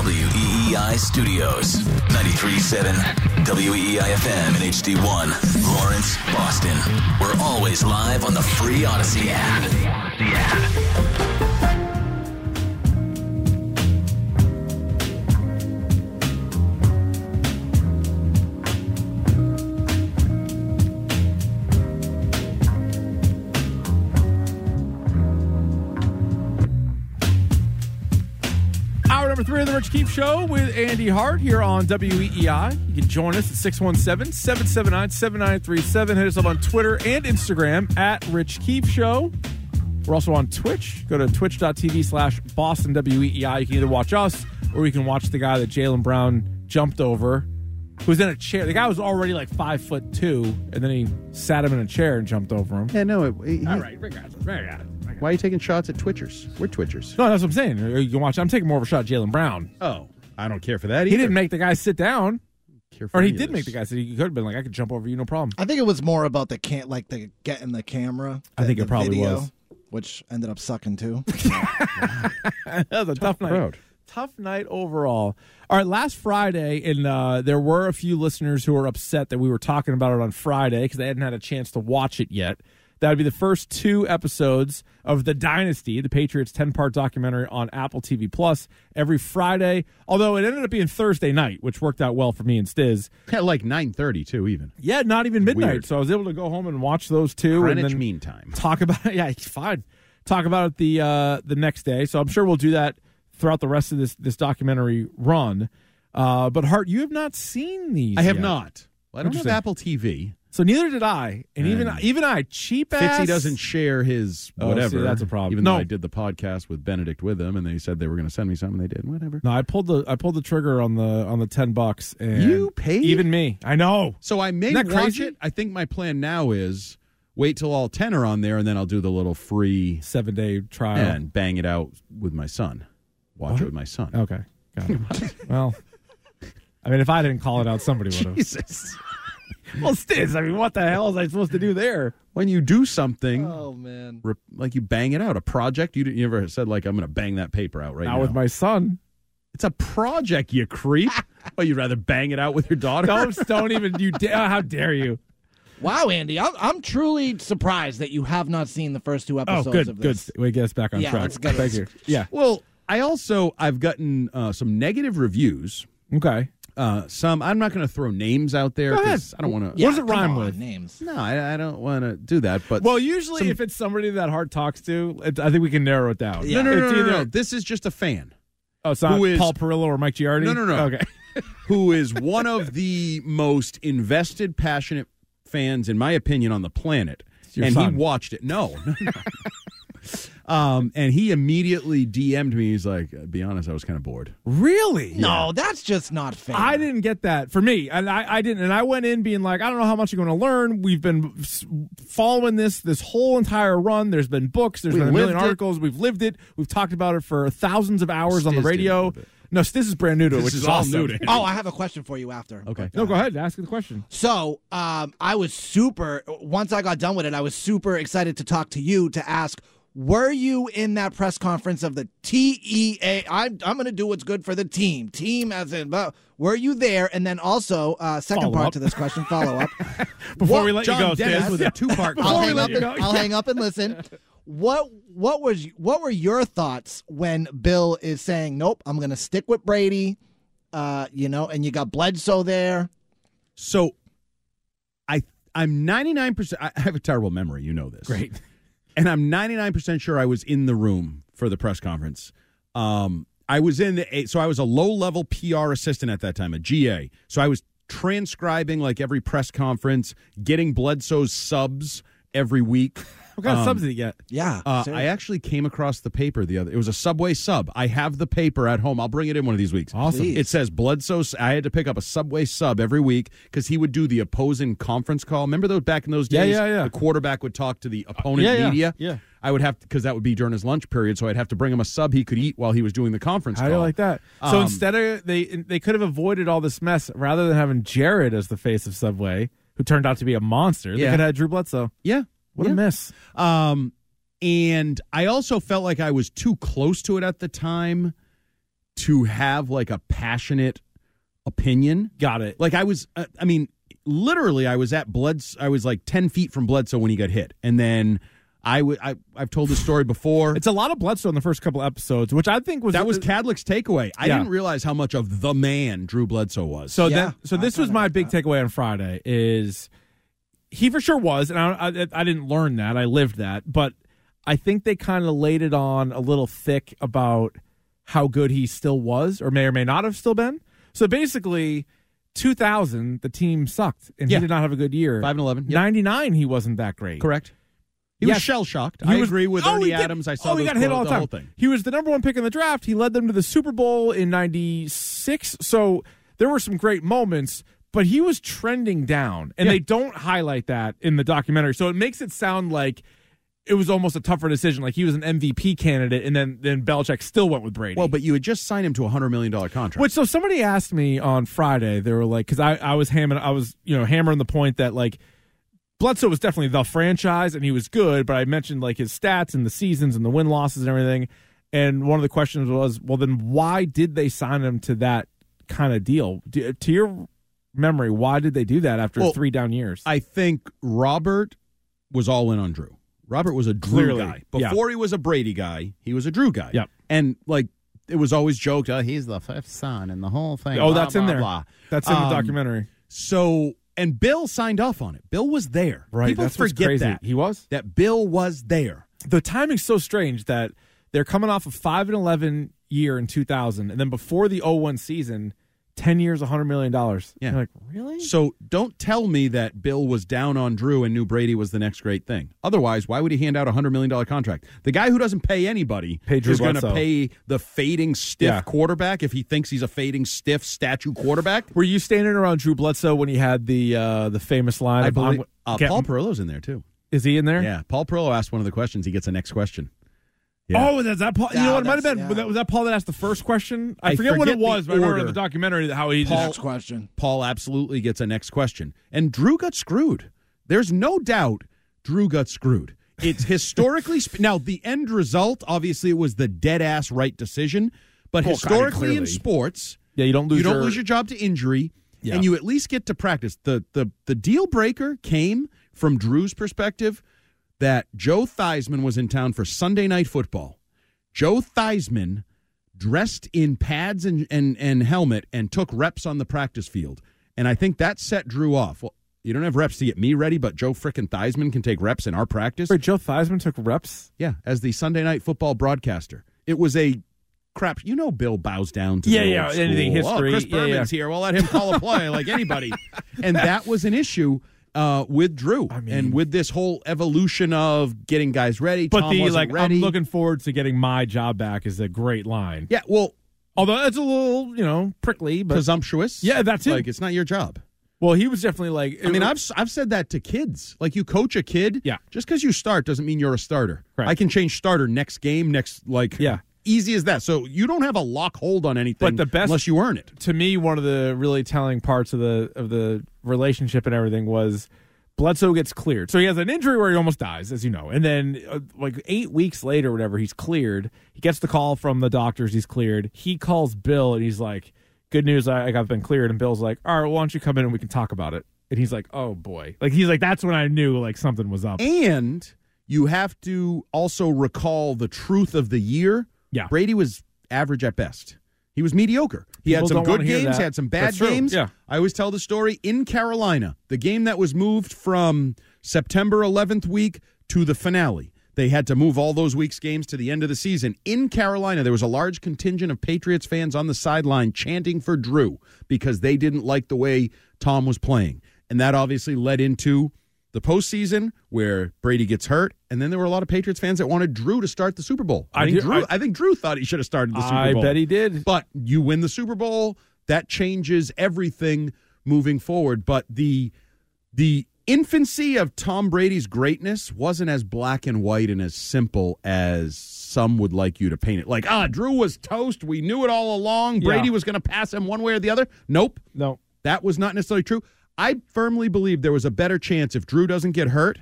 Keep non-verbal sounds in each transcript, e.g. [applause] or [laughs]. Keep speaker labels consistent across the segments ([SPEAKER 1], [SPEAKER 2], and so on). [SPEAKER 1] WEEI E Studios, 93.7, WEEI FM and HD1, Lawrence, Boston. We're always live on the free Odyssey app.
[SPEAKER 2] Hour number three of the Rich Keefe Show with Andy Hart here on WEEI. You can join us at 617 779 7937. Hit us up on Twitter and Instagram at Rich Keefe Show. We're also on Twitch. Go to twitch.tv slash Boston WEEI. You can either watch us or you can watch the guy that Jalen Brown jumped over, who was in a chair. The guy was already like five foot two, and then he sat him in a chair and jumped over him.
[SPEAKER 3] Yeah, no. It, he-
[SPEAKER 2] All right, regardless. regardless, regardless.
[SPEAKER 3] Why are you taking shots at Twitchers? We're Twitchers.
[SPEAKER 2] No, that's what I'm saying. You can watch. I'm taking more of a shot at Jalen Brown.
[SPEAKER 3] Oh, I don't care for that either.
[SPEAKER 2] He didn't make the guy sit down.
[SPEAKER 3] care for
[SPEAKER 2] Or he
[SPEAKER 3] any of
[SPEAKER 2] did make the
[SPEAKER 3] this.
[SPEAKER 2] guy say he could have been like, I could jump over you, no problem.
[SPEAKER 4] I think it was more about the can't like the getting the camera.
[SPEAKER 2] I think it
[SPEAKER 4] the
[SPEAKER 2] probably
[SPEAKER 4] video,
[SPEAKER 2] was.
[SPEAKER 4] which ended up sucking too.
[SPEAKER 2] [laughs] that was a tough, night.
[SPEAKER 3] crowd.
[SPEAKER 2] Tough night overall. All right, last Friday, and uh, there were a few listeners who were upset that we were talking about it on Friday because they hadn't had a chance to watch it yet. That would be the first two episodes of The Dynasty, the Patriots 10 part documentary on Apple TV Plus every Friday. Although it ended up being Thursday night, which worked out well for me and Stiz.
[SPEAKER 3] At like 9.30, too, even.
[SPEAKER 2] Yeah, not even midnight.
[SPEAKER 3] Weird.
[SPEAKER 2] So I was able to go home and watch those two. and
[SPEAKER 3] Greenwich
[SPEAKER 2] then,
[SPEAKER 3] Mean Time.
[SPEAKER 2] talk about [laughs] it. Yeah, it's fine. Talk about it the uh, the next day. So I'm sure we'll do that throughout the rest of this this documentary run. Uh, but Hart, you have not seen these.
[SPEAKER 3] I have
[SPEAKER 2] yet.
[SPEAKER 3] not. Well, I don't have
[SPEAKER 2] Interesting.
[SPEAKER 3] Apple TV.
[SPEAKER 2] So neither did I. And even even I cheap ass.
[SPEAKER 3] Fitzy doesn't share his
[SPEAKER 2] Oh, see,
[SPEAKER 3] whatever.
[SPEAKER 2] that's a problem.
[SPEAKER 3] Even
[SPEAKER 2] No.
[SPEAKER 3] though I did the podcast with Benedict with them, and they said they were going to send me something, they did. Whatever.
[SPEAKER 2] No, I pulled the I pulled the trigger on the on the ten bucks. And
[SPEAKER 3] You paid?
[SPEAKER 2] even me. I know.
[SPEAKER 3] So I may
[SPEAKER 2] Isn't that
[SPEAKER 3] watch
[SPEAKER 2] crazy?
[SPEAKER 3] it. I think my plan now is wait till all ten are on there, and then I'll do the little free
[SPEAKER 2] Seven day trial.
[SPEAKER 3] and bang it out with my son. Watch it with my son.
[SPEAKER 2] Okay. Got [laughs] it. well, I mean, if I didn't call it out, [laughs] somebody would have.
[SPEAKER 3] [laughs] Jesus.
[SPEAKER 2] well, Stiz, I mean, what the hell was I supposed to do there?
[SPEAKER 3] When you do something,
[SPEAKER 4] [laughs] oh man.
[SPEAKER 3] re- like you bang it out, a project, you, didn't, you never said, like, I'm going to bang that paper out right
[SPEAKER 2] Now
[SPEAKER 3] now.
[SPEAKER 2] with my son.
[SPEAKER 3] it's a project, you creep. oh, you'd rather bang it out with your daughter?
[SPEAKER 2] Don't don't even you dare! How dare you?
[SPEAKER 4] Wow, Andy, I'm, I'm truly surprised that you have not seen the first two
[SPEAKER 2] Oh,
[SPEAKER 4] episodes
[SPEAKER 2] good,
[SPEAKER 4] of
[SPEAKER 2] good.
[SPEAKER 4] this.
[SPEAKER 2] We get us back on
[SPEAKER 4] Yeah,
[SPEAKER 2] track.
[SPEAKER 4] let's get
[SPEAKER 2] Thank
[SPEAKER 4] it.
[SPEAKER 2] you. Yeah.
[SPEAKER 3] Well, I also, I've gotten uh, some negative reviews.
[SPEAKER 2] Okay.
[SPEAKER 3] Uh, some, I'm not going to throw names out there
[SPEAKER 2] Go ahead.
[SPEAKER 3] 'cause I don't want to.
[SPEAKER 4] Yeah,
[SPEAKER 2] What does it
[SPEAKER 4] come
[SPEAKER 2] rhyme
[SPEAKER 4] on,
[SPEAKER 2] with?
[SPEAKER 4] Names.
[SPEAKER 3] No, I, I don't want to do that. But
[SPEAKER 2] Well, usually if it's somebody that Hart talks to, it, I think we can narrow it down.
[SPEAKER 4] Yeah.
[SPEAKER 3] no, no, no,
[SPEAKER 2] it's
[SPEAKER 3] no,
[SPEAKER 2] either
[SPEAKER 3] no, no. This is just a fan.
[SPEAKER 2] oh, it's not
[SPEAKER 3] Who is-
[SPEAKER 2] Paul Perillo or Mike Giardi.
[SPEAKER 3] No, no, no.
[SPEAKER 2] Okay.
[SPEAKER 3] who is one of the most invested, passionate fans, in my opinion, on the planet.
[SPEAKER 2] your
[SPEAKER 3] and
[SPEAKER 2] son.
[SPEAKER 3] he watched it. No, no, no. um, and he immediately DM'd me. He's like, "Be honest, I was kind of bored."
[SPEAKER 2] Really?
[SPEAKER 4] No, that's just not fair.
[SPEAKER 2] I didn't get that for me, and I, I didn't. And I went in being like, I don't know how much you're going to learn. We've been s- following this this whole entire run. There's been books. There's
[SPEAKER 3] We
[SPEAKER 2] been a million
[SPEAKER 3] lived it.
[SPEAKER 2] articles. We've lived it. We've talked about it for thousands of hours on the
[SPEAKER 3] Stiz didn't
[SPEAKER 2] radio.
[SPEAKER 3] live it.
[SPEAKER 2] No, this is brand new to it,
[SPEAKER 3] This
[SPEAKER 2] which
[SPEAKER 3] is
[SPEAKER 2] is,
[SPEAKER 3] all
[SPEAKER 2] awesome.
[SPEAKER 3] new to
[SPEAKER 2] [laughs]
[SPEAKER 3] him.
[SPEAKER 4] Oh, I have a question for you after.
[SPEAKER 3] Okay.
[SPEAKER 2] No, go ahead. Ask the question.
[SPEAKER 4] So, um, I was super. Once I got done with it, I was super excited to talk to you to ask, were you in that press conference of the TEA? I'm I'm going to do what's good for the team. Team as in, but were you there? And then also, uh, second
[SPEAKER 2] Follow
[SPEAKER 4] part
[SPEAKER 2] up.
[SPEAKER 4] to this question, follow
[SPEAKER 2] [laughs]
[SPEAKER 4] up.
[SPEAKER 2] Before we let
[SPEAKER 3] John
[SPEAKER 2] you go,
[SPEAKER 3] Dennis
[SPEAKER 2] Stiz.
[SPEAKER 3] with a [laughs] two-part.
[SPEAKER 2] Before
[SPEAKER 4] I'll
[SPEAKER 2] we
[SPEAKER 4] hang
[SPEAKER 2] let
[SPEAKER 4] up.
[SPEAKER 2] you
[SPEAKER 4] And,
[SPEAKER 2] go,
[SPEAKER 4] I'll hang up and listen. What what was what were your thoughts when Bill is saying, "Nope, I'm going to stick with Brady," uh, you know, and you got Bledsoe there.
[SPEAKER 3] So, I I'm 99. percent I I have a terrible memory. You know
[SPEAKER 2] [laughs]
[SPEAKER 3] this.
[SPEAKER 2] Great.
[SPEAKER 3] and I'm 99% sure I was in the room for the press conference. Um, I was in the so I was a low level PR assistant at that time, a GA. So I was transcribing like every press conference, getting Bledsoe's subs every week.
[SPEAKER 2] What kind of subs did he get?
[SPEAKER 4] Yeah,
[SPEAKER 3] Uh, I
[SPEAKER 4] seriously.
[SPEAKER 3] actually came across the paper the other. It was a Subway sub. I have the paper at home. I'll bring it in one of these weeks.
[SPEAKER 2] Awesome.
[SPEAKER 4] Please.
[SPEAKER 3] It says Bledsoe. I had to pick up a Subway sub every week because he would do the opposing conference call. Remember those back in those
[SPEAKER 2] Yeah,
[SPEAKER 3] days?
[SPEAKER 2] yeah, yeah. Uh,
[SPEAKER 3] The quarterback would talk to the opponent
[SPEAKER 2] yeah, yeah,
[SPEAKER 3] media.
[SPEAKER 2] yeah.
[SPEAKER 3] I would have because that would be during his lunch period, so I'd have to bring him a sub he could eat while he was doing the conference.
[SPEAKER 2] How do
[SPEAKER 3] call.
[SPEAKER 2] you like that? so
[SPEAKER 3] Um,
[SPEAKER 2] instead of they they could have avoided all this mess rather than having Jared as the face of Subway, who turned out to be a monster. They
[SPEAKER 3] Yeah.
[SPEAKER 2] could have had Drew Bledsoe.
[SPEAKER 3] Yeah.
[SPEAKER 2] What a
[SPEAKER 3] Yeah.
[SPEAKER 2] miss!
[SPEAKER 3] Um, and I also felt like I was too close to it at the time. to have like a passionate opinion.
[SPEAKER 2] Got it.
[SPEAKER 3] Like I was, uh, I mean, literally, I was at Bloods. I was like ten feet from Bledsoe when he got hit, and then I w- I I've told this story before.
[SPEAKER 2] It's a lot of Bledsoe in the first couple episodes, which I think was
[SPEAKER 3] that was Cadlick's takeaway. I
[SPEAKER 2] Yeah.
[SPEAKER 3] didn't realize how much of the man Drew Bledsoe was.
[SPEAKER 2] So
[SPEAKER 4] Yeah,
[SPEAKER 2] that so
[SPEAKER 4] I
[SPEAKER 2] this
[SPEAKER 4] thought
[SPEAKER 2] was my
[SPEAKER 4] about
[SPEAKER 2] big takeaway on Friday is he for sure was, and I I, I didn't learn that I lived that, but I think they kind of laid it on a little thick about how good he still was, or may or may not have still been. So basically. 2000, the team sucked, and
[SPEAKER 3] Yeah.
[SPEAKER 2] he did not have a good year.
[SPEAKER 3] Five and 11, yep.
[SPEAKER 2] 99, he wasn't that great.
[SPEAKER 3] correct. He
[SPEAKER 2] Yes.
[SPEAKER 3] was shell shocked.
[SPEAKER 2] He
[SPEAKER 3] I
[SPEAKER 2] was-
[SPEAKER 3] agree with
[SPEAKER 2] Oh, he
[SPEAKER 3] Ernie
[SPEAKER 2] did-
[SPEAKER 3] Adams. I saw
[SPEAKER 2] oh, he
[SPEAKER 3] those
[SPEAKER 2] got hit
[SPEAKER 3] quote-
[SPEAKER 2] all the time.
[SPEAKER 3] whole thing.
[SPEAKER 2] He was the number one pick in the draft. He led them to the Super Bowl in '96. So there were some great moments, but he was trending down, and
[SPEAKER 3] Yeah.
[SPEAKER 2] they don't highlight that in the documentary. So it makes it sound like it was almost a tougher decision. Like he was an MVP candidate, and then then Belichick still went with Brady.
[SPEAKER 3] Well, but you had just signed him to a hundred million dollar contract.
[SPEAKER 2] Which so somebody asked me on Friday, they were like, because I, I was hammering, I was you know hammering the point that like Bledsoe was definitely the franchise and he was good, but I mentioned like his stats and the seasons and the win losses and everything. And one of the questions was, well, then why did they sign him to that kind of deal? Do, to your memory, why did they do that after
[SPEAKER 3] Well,
[SPEAKER 2] three down years?
[SPEAKER 3] I think Robert was all in on Drew. Robert was a Drew
[SPEAKER 2] Clearly,
[SPEAKER 3] guy.
[SPEAKER 2] yeah.
[SPEAKER 3] Before he was a Brady guy, he was a Drew guy.
[SPEAKER 2] Yep.
[SPEAKER 3] And like it was always joked, oh, he's
[SPEAKER 5] He's the fifth son and the whole thing.
[SPEAKER 2] oh,
[SPEAKER 5] blah,
[SPEAKER 2] that's in
[SPEAKER 5] blah,
[SPEAKER 2] there.
[SPEAKER 5] blah.
[SPEAKER 2] That's in the
[SPEAKER 3] Um,
[SPEAKER 2] documentary.
[SPEAKER 3] so and Bill signed off on it. Bill was there. People
[SPEAKER 2] that's what's
[SPEAKER 3] forget
[SPEAKER 2] crazy.
[SPEAKER 3] that.
[SPEAKER 2] he was.
[SPEAKER 3] that Bill was there.
[SPEAKER 2] the timing's so strange that they're coming off a 5 and 11 year in 2000 and then before the 01 season 10 years 100 million dollars
[SPEAKER 3] Yeah.
[SPEAKER 2] You're like really
[SPEAKER 3] So don't tell me that Bill was down on Drew and knew Brady was the next great thing. Otherwise, why would he hand out a hundred million dollar contract? The guy who doesn't pay anybody
[SPEAKER 2] Pay Drew
[SPEAKER 3] is going to
[SPEAKER 2] Bledsoe.
[SPEAKER 3] pay the fading stiff
[SPEAKER 2] Yeah.
[SPEAKER 3] quarterback if he thinks he's a fading stiff statue quarterback.
[SPEAKER 2] were you standing around drew bledsoe when he had the uh the famous line
[SPEAKER 3] I
[SPEAKER 2] of, I'm-
[SPEAKER 3] believe uh,
[SPEAKER 2] get-
[SPEAKER 3] Paul Perillo's in there too.
[SPEAKER 2] is he in there
[SPEAKER 3] Yeah, Paul Perillo asked one of the questions. He gets a next question. Yeah.
[SPEAKER 2] Oh, that's that Paul. You
[SPEAKER 4] Yeah,
[SPEAKER 2] know what? It might have
[SPEAKER 4] that's-
[SPEAKER 2] been.
[SPEAKER 4] yeah.
[SPEAKER 2] Was, that, was that Paul that asked the first question? I,
[SPEAKER 3] I
[SPEAKER 2] forget, what
[SPEAKER 3] forget
[SPEAKER 2] it was, but
[SPEAKER 3] the
[SPEAKER 2] I remember in
[SPEAKER 3] order.
[SPEAKER 2] the documentary that how he just
[SPEAKER 4] Next question.
[SPEAKER 3] Paul absolutely gets a next question, and Drew got screwed. There's no doubt Drew got screwed. It's historically sp- now the end result. Obviously, it was the dead ass right decision, but historically in
[SPEAKER 2] clearly.
[SPEAKER 3] sports,
[SPEAKER 2] Yeah, you don't lose
[SPEAKER 3] you don't
[SPEAKER 2] your-
[SPEAKER 3] lose your job to injury,
[SPEAKER 2] Yeah.
[SPEAKER 3] and you at least get to practice. the the The deal breaker came from Drew's perspective that Joe Theismann was in town for Sunday night football. Joe Theismann dressed in pads and, and, and helmet and took reps on the practice field. And I think that set Drew off. Well, you don't have reps to get me ready, but Joe frickin' Theismann can take reps in our practice.
[SPEAKER 2] Wait, Joe Theismann took reps.
[SPEAKER 3] Yeah, as the Sunday night football broadcaster. It was a crap. You know, Bill bows down to
[SPEAKER 2] Yeah,
[SPEAKER 3] the
[SPEAKER 2] yeah,
[SPEAKER 3] old
[SPEAKER 2] anything
[SPEAKER 3] school.
[SPEAKER 2] history,
[SPEAKER 3] Oh, Chris
[SPEAKER 2] yeah, yeah.
[SPEAKER 3] Berman's here. We'll let him call
[SPEAKER 2] [laughs]
[SPEAKER 3] a play like anybody. And that was an issue. Uh, with Drew and with this whole evolution of getting guys ready,
[SPEAKER 2] But
[SPEAKER 3] Tom
[SPEAKER 2] the
[SPEAKER 3] wasn't
[SPEAKER 2] like,
[SPEAKER 3] ready.
[SPEAKER 2] I'm looking forward to getting my job back is a great line.
[SPEAKER 3] yeah, well,
[SPEAKER 2] Although that's a little, you know, prickly, but
[SPEAKER 3] presumptuous.
[SPEAKER 2] Yeah, that's it.
[SPEAKER 3] Like it's not your job.
[SPEAKER 2] Well, he was definitely like.
[SPEAKER 3] I mean, I've I've said that to kids. Like you coach a kid.
[SPEAKER 2] Yeah.
[SPEAKER 3] Just because you start doesn't mean you're a starter.
[SPEAKER 2] Correct.
[SPEAKER 3] I can change starter next game, next like.
[SPEAKER 2] Yeah.
[SPEAKER 3] Easy as that. So you don't have a lock hold on anything.
[SPEAKER 2] But the best-
[SPEAKER 3] unless you earn it.
[SPEAKER 2] to me one of the really telling parts of the of the relationship and everything was Bledsoe gets cleared. So he has an injury where he almost dies, as you know. And then, uh, like eight weeks later, or whatever, he's cleared. He gets the call from the doctors. He's cleared. He calls Bill and he's like, "Good news, I, like, I've been cleared." And Bill's like, "All right, why don't you come in and we can talk about it?" And he's like, "Oh boy!" Like he's like, "That's when I knew like something was up."
[SPEAKER 3] And you have to also recall the truth of the year.
[SPEAKER 2] Yeah.
[SPEAKER 3] Brady was average at best. He was mediocre. He
[SPEAKER 2] People
[SPEAKER 3] had some
[SPEAKER 2] don't wanna
[SPEAKER 3] good
[SPEAKER 2] hear
[SPEAKER 3] games,
[SPEAKER 2] that.
[SPEAKER 3] had some bad
[SPEAKER 2] That's true.
[SPEAKER 3] games.
[SPEAKER 2] Yeah.
[SPEAKER 3] I always tell the story in Carolina, the game that was moved from September 11th week to the finale. They had to move all those weeks' games to the end of the season. In Carolina, there was a large contingent of Patriots fans on the sideline chanting for Drew because they didn't like the way Tom was playing. And that obviously led into the postseason where Brady gets hurt. And then there were a lot of Patriots fans that wanted Drew to start the Super Bowl. I,
[SPEAKER 2] I
[SPEAKER 3] think,
[SPEAKER 2] do-
[SPEAKER 3] Drew,
[SPEAKER 2] I-
[SPEAKER 3] I, think Drew thought he should have started the Super
[SPEAKER 2] I
[SPEAKER 3] Bowl.
[SPEAKER 2] bet he did.
[SPEAKER 3] But you win the Super Bowl, that changes everything moving forward. But the the infancy of Tom Brady's greatness wasn't as black and white and as simple as some would like you to paint it. Like, ah, Drew was toast. We knew it all along. Brady
[SPEAKER 2] Yeah.
[SPEAKER 3] was going to pass him one way or the other. Nope.
[SPEAKER 2] No,
[SPEAKER 3] That was not necessarily true. I firmly believe there was a better chance if Drew doesn't get hurt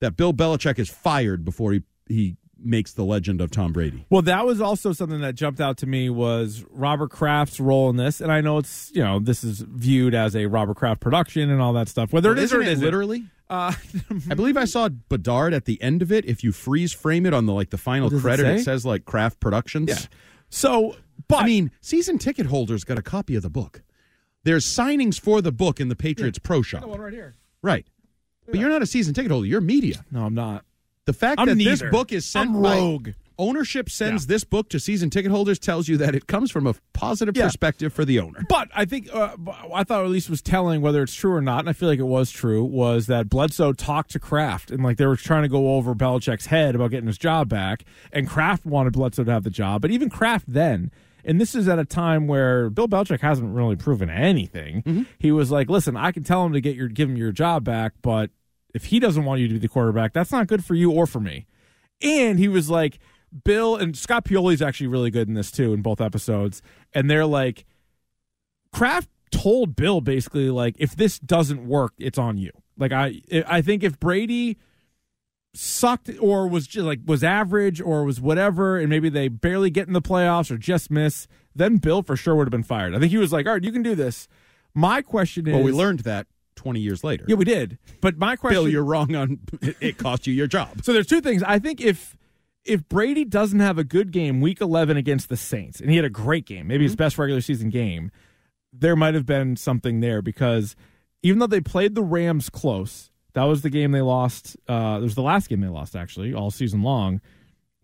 [SPEAKER 3] that Bill Belichick is fired before he, he makes the legend of Tom Brady.
[SPEAKER 2] Well, that was also something that jumped out to me was Robert Kraft's role in this, and I know it's you know this is viewed as a Robert Kraft production and all that stuff. Whether it is
[SPEAKER 3] Isn't
[SPEAKER 2] or it isn't,
[SPEAKER 3] literally?
[SPEAKER 2] Uh, [laughs]
[SPEAKER 3] I believe I saw Bedard at the end of it. If you freeze frame it on the like the final
[SPEAKER 2] does it
[SPEAKER 3] credit, it,
[SPEAKER 2] say?
[SPEAKER 3] says like Kraft Productions.
[SPEAKER 2] Yeah. so, but
[SPEAKER 3] I mean, season ticket holders got a copy of the book. There's signings for the book in the Patriots Pro Shop.
[SPEAKER 2] right here.
[SPEAKER 3] Right. But you're not a season ticket holder. You're media.
[SPEAKER 2] No, I'm not.
[SPEAKER 3] The fact
[SPEAKER 2] I'm
[SPEAKER 3] that
[SPEAKER 2] neither.
[SPEAKER 3] this book is sent
[SPEAKER 2] I'm
[SPEAKER 3] by-
[SPEAKER 2] rogue.
[SPEAKER 3] ownership sends this book to season ticket holders tells you that it comes from a positive
[SPEAKER 2] Yeah.
[SPEAKER 3] perspective for the owner.
[SPEAKER 2] But I think uh, b- I thought at least was telling whether it's true or not, and I feel like it was true. Was that Bledsoe talked to Kraft and like they were trying to go over Belichick's head about getting his job back, and Kraft wanted Bledsoe to have the job, but even Kraft then. And this is at a time where Bill Belichick hasn't really proven anything. He was like, "Listen, I can tell him to get your give him your job back, but if he doesn't want you to be the quarterback, that's not good for you or for me." And he was like, "Bill and Scott Pioli's actually really good in this too in both episodes." And they're like, Kraft told Bill basically like if this doesn't work, it's on you. Like I I think if Brady sucked or was just like was average or was whatever and maybe they barely get in the playoffs or just miss, then Bill for sure would have been fired. I think he was like, "All right, you can do this." My question is
[SPEAKER 3] Well, we learned that 20 years later.
[SPEAKER 2] Yeah, we did. But my question
[SPEAKER 3] Bill, you're wrong on [laughs] it- it cost you your job.
[SPEAKER 2] so there's two things. I think if if Brady doesn't have a good game week 11 against the Saints and he had a great game, maybe his best regular season game, there might have been something there because even though they played the Rams close, that was the game they lost. Uh, it was the last game they lost actually all season long.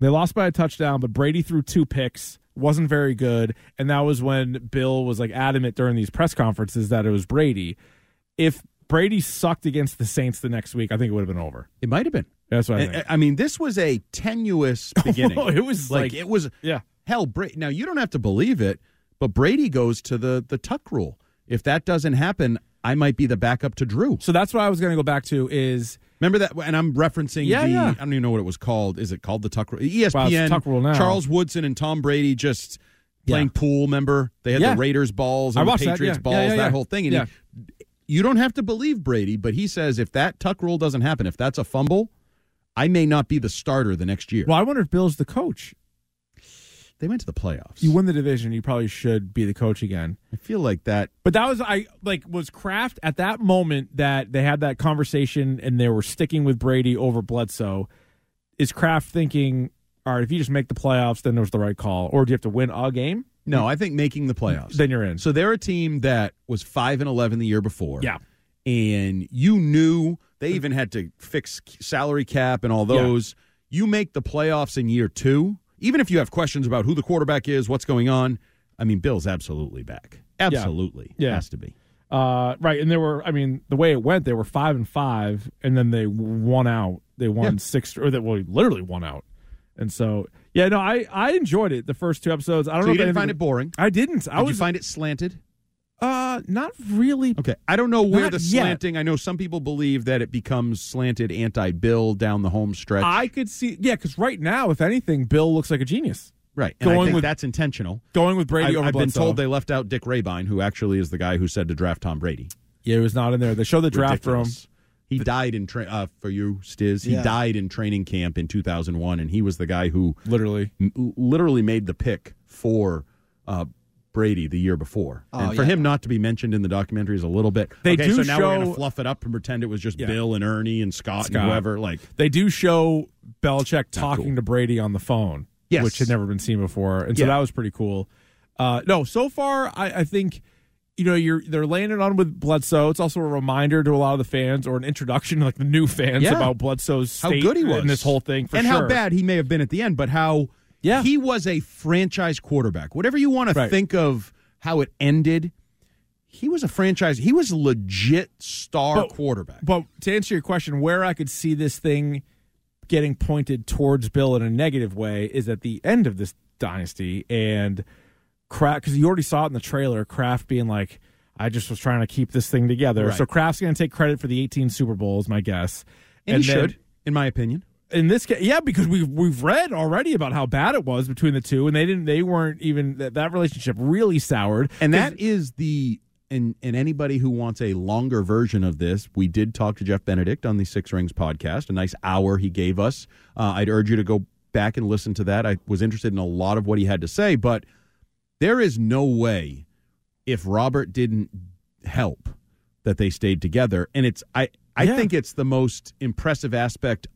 [SPEAKER 2] They lost by a touchdown, but Brady threw two picks, wasn't very good, and that was when Bill was like adamant during these press conferences that it was Brady. If Brady sucked against the Saints the next week, I think it would have been over.
[SPEAKER 3] It might have been.
[SPEAKER 2] That's what I think.
[SPEAKER 3] I, I mean, this was a
[SPEAKER 2] [laughs]
[SPEAKER 3] tenuous beginning.
[SPEAKER 2] Well, it was like-
[SPEAKER 3] it was
[SPEAKER 2] Yeah.
[SPEAKER 3] hell. Bra- now you don't have to believe it, but Brady goes to the the tuck rule. If that doesn't happen, I might be the backup to Drew.
[SPEAKER 2] So that's what I was going to go back to is
[SPEAKER 3] Remember that? And I'm referencing
[SPEAKER 2] Yeah,
[SPEAKER 3] the.
[SPEAKER 2] yeah.
[SPEAKER 3] I don't even know what it was called. Is it called the Tuck Rule? E ESPN.
[SPEAKER 2] Tuck Rule now.
[SPEAKER 3] Charles Woodson and Tom Brady just playing pool. Remember they had
[SPEAKER 2] Yeah.
[SPEAKER 3] the Raiders balls and
[SPEAKER 2] I
[SPEAKER 3] the
[SPEAKER 2] watched that,
[SPEAKER 3] Patriots
[SPEAKER 2] yeah.
[SPEAKER 3] balls.
[SPEAKER 2] Yeah, yeah, yeah.
[SPEAKER 3] That whole thing. And
[SPEAKER 2] Yeah.
[SPEAKER 3] he- you don't have to believe Brady, but he says if that Tuck Rule doesn't happen, if that's a fumble, I may not be the starter the next year.
[SPEAKER 2] well, I wonder if Bill's the coach.
[SPEAKER 3] they went to the playoffs.
[SPEAKER 2] You win the division, you probably should be the coach again.
[SPEAKER 3] I feel like that.
[SPEAKER 2] But that was I like was Kraft at that moment that they had that conversation and they were sticking with Brady over Bledsoe. Is Kraft thinking, all right, if you just make the playoffs, then it was the right call, or do you have to win a game?
[SPEAKER 3] No, I think making the playoffs.
[SPEAKER 2] Then you're in.
[SPEAKER 3] So they're a team that was five and eleven the year before.
[SPEAKER 2] Yeah.
[SPEAKER 3] and you knew they even had to fix salary cap and all those. You make the playoffs in year two, even if you have questions about who the quarterback is, what's going on. I mean, Bill's absolutely back. Absolutely,
[SPEAKER 2] Yeah.
[SPEAKER 3] has to be.
[SPEAKER 2] Uh, right, and there were I mean the way it went, they were five and five, and then they won out. They won
[SPEAKER 3] Yeah.
[SPEAKER 2] six or that well, literally won out. And so yeah, no, I I enjoyed it the first two episodes. I don't
[SPEAKER 3] So
[SPEAKER 2] know
[SPEAKER 3] you
[SPEAKER 2] if
[SPEAKER 3] didn't
[SPEAKER 2] anything-
[SPEAKER 3] find it boring.
[SPEAKER 2] I didn't. I
[SPEAKER 3] Did you
[SPEAKER 2] was
[SPEAKER 3] find it slanted?
[SPEAKER 2] uh not really.
[SPEAKER 3] Okay, I don't know where
[SPEAKER 2] Not
[SPEAKER 3] the
[SPEAKER 2] yet.
[SPEAKER 3] slanting. I know some people believe that it becomes slanted anti-Bill down the home stretch.
[SPEAKER 2] I could see yeah, because right now, if anything, Bill looks like a genius
[SPEAKER 3] right, and I
[SPEAKER 2] Going
[SPEAKER 3] think
[SPEAKER 2] with-
[SPEAKER 3] that's intentional.
[SPEAKER 2] going with Brady
[SPEAKER 3] I,
[SPEAKER 2] over
[SPEAKER 3] have been
[SPEAKER 2] Bledsoe.
[SPEAKER 3] told they left out Dick Rabine, who actually is the guy who said to draft Tom Brady.
[SPEAKER 2] yeah, it was not in there. They show the draft room.
[SPEAKER 3] Ridiculous. He died in tra- uh, for you, Stiz. He
[SPEAKER 4] Yeah.
[SPEAKER 3] died in training camp in 2001, and he was the guy who
[SPEAKER 2] Literally,
[SPEAKER 3] m- literally made the pick for uh, Brady the year before. and
[SPEAKER 4] Oh,
[SPEAKER 3] for
[SPEAKER 4] yeah.
[SPEAKER 3] him not to be mentioned in the documentary is a little bit.
[SPEAKER 2] They
[SPEAKER 3] okay,
[SPEAKER 2] do
[SPEAKER 3] so now we're
[SPEAKER 2] show-
[SPEAKER 3] gonna fluff it up and pretend it was just
[SPEAKER 2] Yeah.
[SPEAKER 3] Bill and Ernie and Scott,
[SPEAKER 2] Scott.
[SPEAKER 3] and whoever. Like
[SPEAKER 2] they do show Belichick talking
[SPEAKER 3] cool.
[SPEAKER 2] to Brady on the phone,
[SPEAKER 3] Yes.
[SPEAKER 2] which had never been seen before, and so
[SPEAKER 3] Yeah.
[SPEAKER 2] that was pretty cool. Uh, no, so far I, I think you know you're they're laying it on with Bledsoe. It's also a reminder to a lot of the fans or an introduction to like the new fans
[SPEAKER 3] Yeah.
[SPEAKER 2] about Bledsoe's
[SPEAKER 3] how
[SPEAKER 2] state
[SPEAKER 3] good he was
[SPEAKER 2] in this whole thing, for
[SPEAKER 3] and
[SPEAKER 2] sure.
[SPEAKER 3] how bad he may have been at the end, but how
[SPEAKER 2] Yeah.
[SPEAKER 3] he was a franchise quarterback. Whatever you want
[SPEAKER 2] Right.
[SPEAKER 3] to think of how it ended, he was a franchise. He was legit star
[SPEAKER 2] But-
[SPEAKER 3] quarterback.
[SPEAKER 2] But to answer your question, where I could see this thing getting pointed towards Bill in a negative way is at the end of this dynasty and Kraft, because you already saw it in the trailer, Kraft being like, I just was trying to keep this thing together.
[SPEAKER 3] Right.
[SPEAKER 2] So Kraft's going to take credit for the 18 Super Bowls, my guess.
[SPEAKER 3] and, he
[SPEAKER 2] then-
[SPEAKER 3] should, in my opinion.
[SPEAKER 2] in this case, yeah, because we've we've read already about how bad it was between the two, and they didn't, they weren't even that, that relationship really soured.
[SPEAKER 3] And that is the and and anybody who wants a longer version of this, we did talk to Jeff Benedict on the Six Rings podcast. A nice hour he gave us. Uh, I'd urge you to go back and listened to that. I was interested in a lot of what he had to say, but there is no way if Robert didn't help that they stayed together. And it's I I
[SPEAKER 2] Yeah.
[SPEAKER 3] think it's the most impressive aspect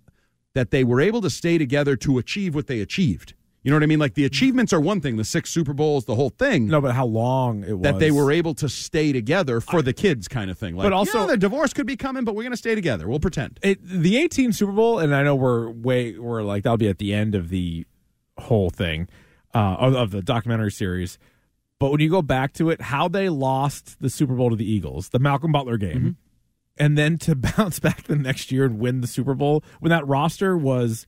[SPEAKER 3] that they were able to stay together to achieve what they achieved. You know what I mean? Like the achievements are one thing, the six Super Bowls, the whole thing.
[SPEAKER 2] No, but how long it was
[SPEAKER 3] That they were able to stay together for the kids, kind of thing. Like,
[SPEAKER 2] But also-
[SPEAKER 3] yeah, the divorce could be coming, but we're going to stay together. We'll pretend.
[SPEAKER 2] it, the 18 Super Bowl, and I know we're way we're like that'll be at the end of the whole thing uh, of, of the documentary series. But when you go back to it, how they lost the Super Bowl to the Eagles, the Malcolm Butler game,
[SPEAKER 3] Mm-hmm.
[SPEAKER 2] and then to [laughs] bounce back the next year and win the Super Bowl when that roster was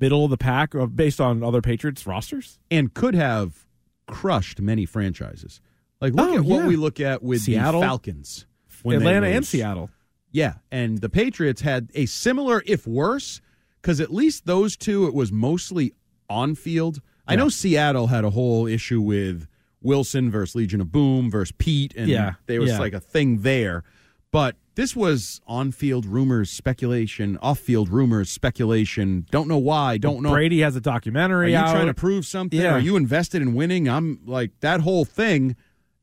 [SPEAKER 2] middle of the pack uh, based on other Patriots rosters.
[SPEAKER 3] and could have crushed many franchises. Like look
[SPEAKER 2] Oh,
[SPEAKER 3] at what
[SPEAKER 2] yeah.
[SPEAKER 3] we look at with
[SPEAKER 2] Seattle.
[SPEAKER 3] the Falcons, when they
[SPEAKER 2] Atlanta and
[SPEAKER 3] lose.
[SPEAKER 2] Seattle.
[SPEAKER 3] Yeah, and the Patriots had a similar, if worse, because at least those two, it was mostly on field. I know Seattle had a whole issue with Wilson versus Legion of Boom versus Pete, and
[SPEAKER 2] Yeah,
[SPEAKER 3] there was
[SPEAKER 2] yeah.
[SPEAKER 3] like a thing there. But this was on field rumors, speculation, off field rumors, speculation. Don't know why. Don't know.
[SPEAKER 2] Brady has a
[SPEAKER 3] Are
[SPEAKER 2] documentary
[SPEAKER 3] you
[SPEAKER 2] out.
[SPEAKER 3] trying to prove something?
[SPEAKER 2] Yeah.
[SPEAKER 3] Are you invested in winning? I'm like that whole thing,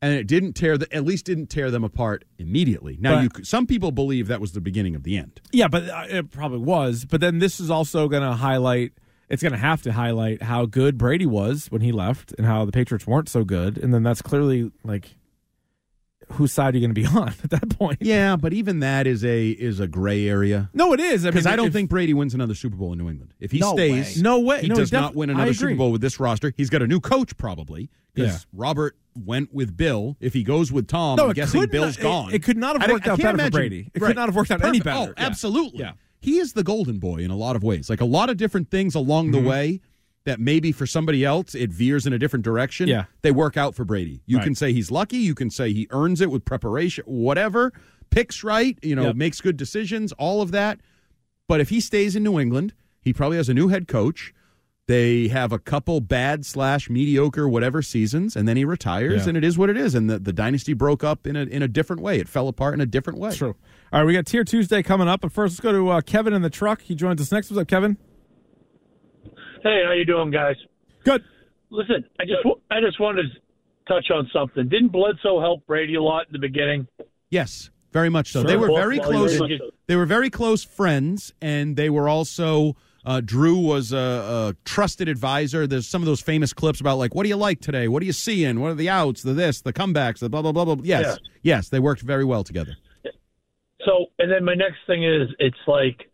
[SPEAKER 3] and it didn't tear the at least didn't tear them apart immediately. Now
[SPEAKER 2] But-
[SPEAKER 3] you could- some people believe that was the beginning of the end.
[SPEAKER 2] Yeah, but uh, it probably was. But then this is also going to highlight. It's going to have to highlight how good Brady was when he left, and how the Patriots weren't so good. And then that's clearly like, whose side are you going to be [laughs] on at that point?
[SPEAKER 3] Yeah, but even that is a is a gray area
[SPEAKER 2] No, it is.
[SPEAKER 3] because I,
[SPEAKER 2] mean,
[SPEAKER 3] don't
[SPEAKER 2] if-
[SPEAKER 3] think Brady wins another Super Bowl in New England. If he
[SPEAKER 4] No
[SPEAKER 3] stays,
[SPEAKER 4] way.
[SPEAKER 2] No way.
[SPEAKER 3] he
[SPEAKER 2] No,
[SPEAKER 3] does
[SPEAKER 2] def-
[SPEAKER 3] not win
[SPEAKER 2] I
[SPEAKER 3] another Super
[SPEAKER 2] agree.
[SPEAKER 3] Bowl with this roster. He's got a new coach probably because
[SPEAKER 2] Yeah.
[SPEAKER 3] Robert went with Bill. If he goes with Tom,
[SPEAKER 2] No,
[SPEAKER 3] I'm
[SPEAKER 2] it
[SPEAKER 3] guessing
[SPEAKER 2] could not-
[SPEAKER 3] Bill's
[SPEAKER 2] it-
[SPEAKER 3] gone.
[SPEAKER 2] it could not have
[SPEAKER 3] I don't-
[SPEAKER 2] worked
[SPEAKER 3] I
[SPEAKER 2] out
[SPEAKER 3] can't
[SPEAKER 2] better for
[SPEAKER 3] imagine-
[SPEAKER 2] Brady. It could not have worked out any better.
[SPEAKER 3] Oh,
[SPEAKER 2] Yeah.
[SPEAKER 3] absolutely.
[SPEAKER 2] Yeah.
[SPEAKER 3] He is the golden boy in a lot of ways. Like a lot of different things along
[SPEAKER 2] Mm-hmm.
[SPEAKER 3] the way that maybe for somebody else it veers in a different direction.
[SPEAKER 2] Yeah.
[SPEAKER 3] They work out for Brady. You
[SPEAKER 2] Right.
[SPEAKER 3] can say he's lucky, you can say he earns it with preparation, whatever, picks right, you know,
[SPEAKER 2] Yep.
[SPEAKER 3] makes good decisions, all of that. But if he stays in New England, he probably has a new head coach. They have a couple bad slash mediocre whatever seasons, and then he retires,
[SPEAKER 2] Yeah.
[SPEAKER 3] and it is what it is. And the, the dynasty broke up in a in a different way. It fell apart in a different way.
[SPEAKER 2] True. All right, we got Tier Tuesday coming up, but first let's go to uh, Kevin in the truck. He joins us next. What's up, Kevin?
[SPEAKER 6] Hey, how you doing, guys?
[SPEAKER 2] Good.
[SPEAKER 6] Listen, I just wa- I just wanted to touch on something. Didn't Bledsoe help Brady a lot in the beginning?
[SPEAKER 3] Yes, very much so.
[SPEAKER 2] Sure.
[SPEAKER 3] They were
[SPEAKER 6] Well,
[SPEAKER 3] very
[SPEAKER 6] well,
[SPEAKER 3] close.
[SPEAKER 6] you did-
[SPEAKER 3] They were very close friends, and they were also. Uh, Drew was a, a trusted advisor. There's some of those famous clips about like, what do you like today? What are you seeing? What are the outs? The this? The comebacks? The blah blah blah blah. Yes,
[SPEAKER 6] Yeah.
[SPEAKER 3] yes, they worked very well together.
[SPEAKER 6] So, and then my next thing is it's like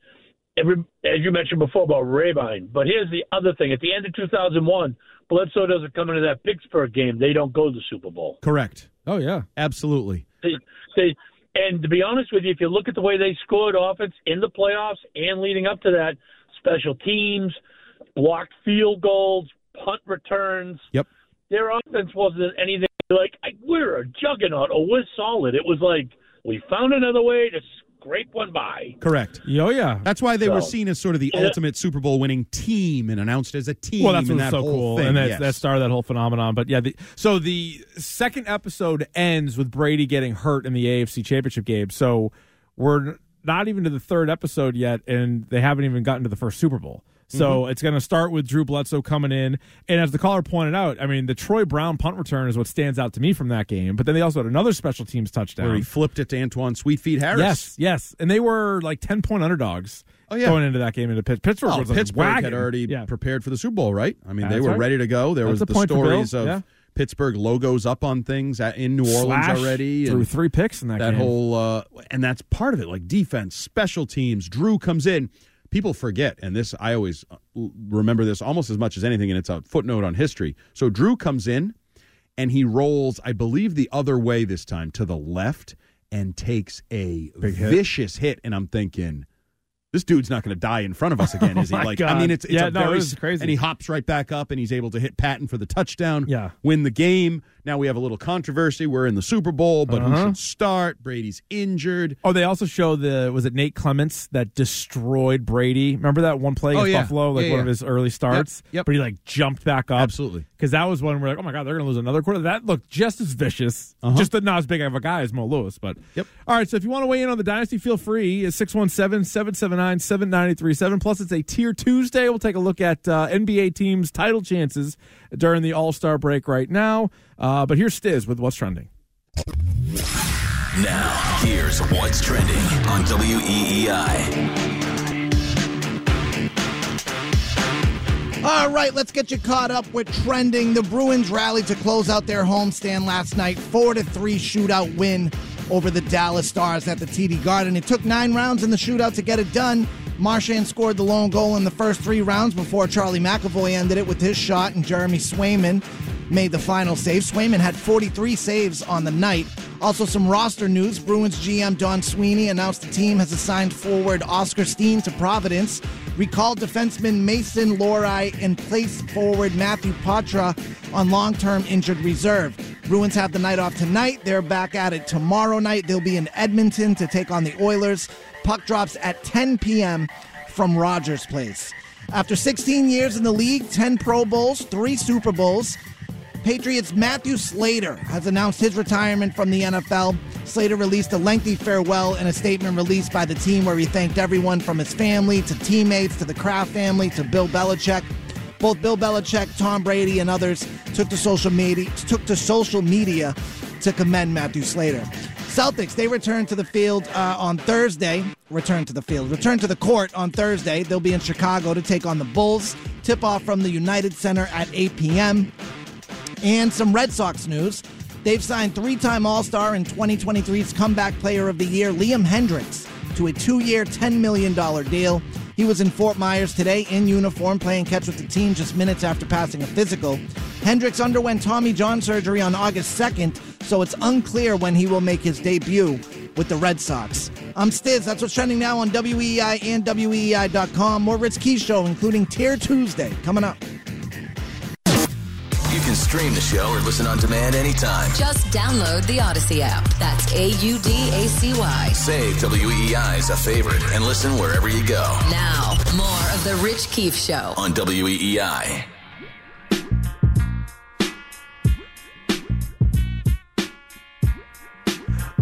[SPEAKER 6] every as you mentioned before about Rabine, but here's the other thing: at the end of 2001, Bledsoe doesn't come into that Pittsburgh game. They don't go to the Super Bowl.
[SPEAKER 3] Correct.
[SPEAKER 2] Oh yeah.
[SPEAKER 3] Absolutely.
[SPEAKER 6] They, they, and to be honest with you, if you look at the way they scored offense in the playoffs and leading up to that, special teams, blocked field goals, punt returns.
[SPEAKER 3] Yep.
[SPEAKER 6] Their offense wasn't anything like I- we're a juggernaut or we're solid. It was like we found another way to scrape one by.
[SPEAKER 3] Correct.
[SPEAKER 2] Oh yeah.
[SPEAKER 3] That's why they were
[SPEAKER 6] So-
[SPEAKER 3] seen as sort of the
[SPEAKER 6] Yeah.
[SPEAKER 3] ultimate Super Bowl winning team and announced as a team.
[SPEAKER 2] Well, that's
[SPEAKER 3] and
[SPEAKER 2] what's
[SPEAKER 3] that
[SPEAKER 2] so
[SPEAKER 3] whole
[SPEAKER 2] cool,
[SPEAKER 3] thing,
[SPEAKER 2] and that
[SPEAKER 3] yes.
[SPEAKER 2] that started that whole phenomenon. But yeah, the, so the second episode ends with Brady getting hurt in the AFC Championship game. So we're n- not even to the third episode yet, and they haven't even gotten to the first Super Bowl. So
[SPEAKER 3] Mm-hmm.
[SPEAKER 2] it's going to start with Drew Bledsoe coming in, and as the caller pointed out, I mean the Troy Brown punt return is what stands out to me from that game. But then they also had another special teams touchdown.
[SPEAKER 3] where he flipped it to Antoine Sweetfeet Harris.
[SPEAKER 2] um, Yes, yes, and they were like ten point underdogs
[SPEAKER 3] Oh, yeah.
[SPEAKER 2] going into that game into Pittsburgh. Pittsburgh,
[SPEAKER 3] Well,
[SPEAKER 2] was on the
[SPEAKER 3] Pittsburgh had
[SPEAKER 2] wagon.
[SPEAKER 3] already
[SPEAKER 2] Yeah.
[SPEAKER 3] prepared for the Super Bowl, right? I mean, they
[SPEAKER 2] That's
[SPEAKER 3] were
[SPEAKER 2] right.
[SPEAKER 3] ready to go. There
[SPEAKER 2] That's
[SPEAKER 3] was
[SPEAKER 2] a
[SPEAKER 3] the
[SPEAKER 2] point for Bill,
[SPEAKER 3] stories of
[SPEAKER 2] yeah.
[SPEAKER 3] Pittsburgh logos up on things at, in New Orleans
[SPEAKER 2] Slash
[SPEAKER 3] already.
[SPEAKER 2] threw
[SPEAKER 3] and
[SPEAKER 2] three picks in that,
[SPEAKER 3] that
[SPEAKER 2] game.
[SPEAKER 3] whole, uh, and that's part of it. Like defense, special teams. Drew comes in. People forget, and this I always uh, l- remember this almost as much as anything, and it's a footnote on history. So Drew comes in, and he rolls, I believe, the other way this time to the left, and takes a vicious hit. And I'm thinking, this dude's not going to die in front
[SPEAKER 2] [laughs]
[SPEAKER 3] of us again, is he?
[SPEAKER 2] Oh my
[SPEAKER 3] Like,
[SPEAKER 2] God.
[SPEAKER 3] I mean, it's, it's
[SPEAKER 2] Yeah,
[SPEAKER 3] a
[SPEAKER 2] no, it
[SPEAKER 3] very
[SPEAKER 2] was crazy.
[SPEAKER 3] And he hops right back up, and he's able to hit Patton for the touchdown,
[SPEAKER 2] Yeah.
[SPEAKER 3] win the game. Now we have a little controversy. We're in the Super Bowl, but
[SPEAKER 2] Uh-huh.
[SPEAKER 3] who should start? Brady's injured.
[SPEAKER 2] Oh, they also show the was it Nate Clements that destroyed Brady? Remember that one play
[SPEAKER 3] Oh,
[SPEAKER 2] against
[SPEAKER 3] yeah.
[SPEAKER 2] Buffalo, like
[SPEAKER 3] Yeah,
[SPEAKER 2] one of
[SPEAKER 3] yeah.
[SPEAKER 2] his early starts.
[SPEAKER 3] yep.
[SPEAKER 2] But he like jumped back up.
[SPEAKER 3] Absolutely.
[SPEAKER 2] Because that was one where like, oh my god, they're gonna lose another quarter. That looked just as vicious. Just not as big of a guy as Mo Lewis, but
[SPEAKER 3] Uh-huh. Yep.
[SPEAKER 2] All right, so if you want to weigh in on the dynasty, feel free. It's 617-779-7937. Plus, it's a tier Tuesday. We'll take a look at uh, NBA teams' title chances during the All Star break right now. Uh, but here's Stiz with what's trending.
[SPEAKER 1] Now, here's what's trending on E WEEI.
[SPEAKER 4] All right, let's get you caught up with trending. The Bruins rallied to close out their homestand last night, four to three shootout win over the Dallas Stars at the TD Garden. It took nine rounds in the shootout to get it done. Marchand scored the lone goal in the first three rounds before Charlie McAvoy ended it with his shot, and Jeremy Swayman made the final save. Swayman had 43 saves on the night. Also, some roster news. Bruins GM Don Sweeney announced the team has assigned forward Oscar Steen to Providence, recalled defenseman Mason Lori, and placed forward Matthew Patra on long term injured reserve. Bruins have the night off tonight. They're back at it tomorrow night. They'll be in Edmonton to take on the Oilers. Puck drops at 10 p.m. from Rogers Place. After 16 years in the league, 10 Pro Bowls, 3 Super Bowls, Patriots Matthew Slater has announced his retirement from the NFL. Slater released a lengthy farewell in a statement released by the team where he thanked everyone from his family to teammates to the Kraft family to Bill Belichick. Both Bill Belichick, Tom Brady, and others took to social media took to social media to commend Matthew Slater. Celtics, they return to the field uh, on Thursday. Return to the field. Return to the court on Thursday. They'll be in Chicago to take on the Bulls. Tip off from the United Center at 8 p.m. And some Red Sox news. They've signed three time All Star and 2023's Comeback Player of the Year, Liam Hendricks, to a two year, $10 million deal. He was in Fort Myers today in uniform playing catch with the team just minutes after passing a physical. Hendricks underwent Tommy John surgery on August 2nd, so it's unclear when he will make his debut with the Red Sox. I'm Stiz. That's what's trending now on WEI and E WEI.com. More Ritz Key Show, including Tier Tuesday, coming up.
[SPEAKER 1] You can stream the show or listen on demand anytime.
[SPEAKER 7] Just download the Odyssey app. That's A U D A C Y.
[SPEAKER 1] Save WEEI as a favorite and listen wherever you go
[SPEAKER 7] Now, more of The Rich Keefe Show.
[SPEAKER 1] on E WEEI.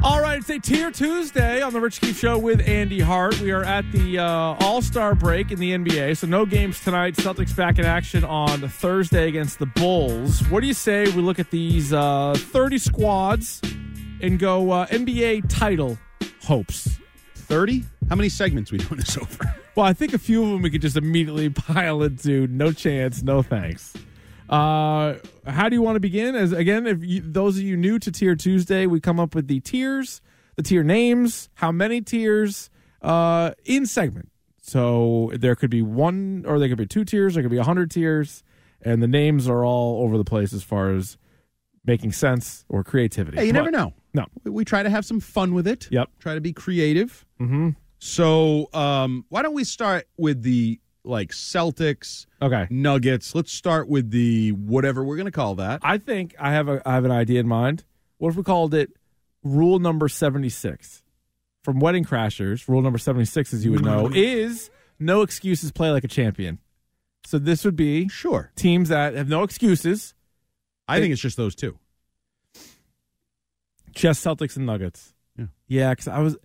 [SPEAKER 2] All right, it's a Tier Tuesday on the Rich Keefe Show with Andy Hart. We are at the uh, All Star break in the NBA, so no games tonight. Celtics back in action on Thursday against the Bulls. What do you say we look at these uh, 30 squads and go uh, NBA title hopes?
[SPEAKER 3] 30? How many segments we doing
[SPEAKER 2] [laughs]
[SPEAKER 3] this over?
[SPEAKER 2] Well, I think a few of them we could just immediately [laughs] pile into no chance, no thanks. Uh, how do you want to begin? As again, if you, those of you new to Tier Tuesday, we come up with the tiers, the tier names, how many tiers uh, in segment. So there could be one, or there could be two tiers. There could be a hundred tiers, and the names are all over the place as far as making sense or creativity.
[SPEAKER 3] Hey, you never
[SPEAKER 2] But-
[SPEAKER 3] know.
[SPEAKER 2] No.
[SPEAKER 3] We- We try to have some fun with it.
[SPEAKER 2] Yep.
[SPEAKER 3] Try to be creative. Mm-hmm. So um, why don't we start with the like Celtics,
[SPEAKER 2] Okay.
[SPEAKER 3] Nuggets? Let's start with the whatever we're going to call that.
[SPEAKER 2] I think I have a I have an idea in mind. What if we called it rule number 76? From Wedding Crashers, rule number 76 as you would
[SPEAKER 3] [laughs]
[SPEAKER 2] know is no excuses play like a champion. So this would be
[SPEAKER 3] Sure.
[SPEAKER 2] teams that have no excuses,
[SPEAKER 3] I think it's just those two.
[SPEAKER 2] just Celtics and Nuggets.
[SPEAKER 3] Yeah.
[SPEAKER 2] Yeah, cuz I was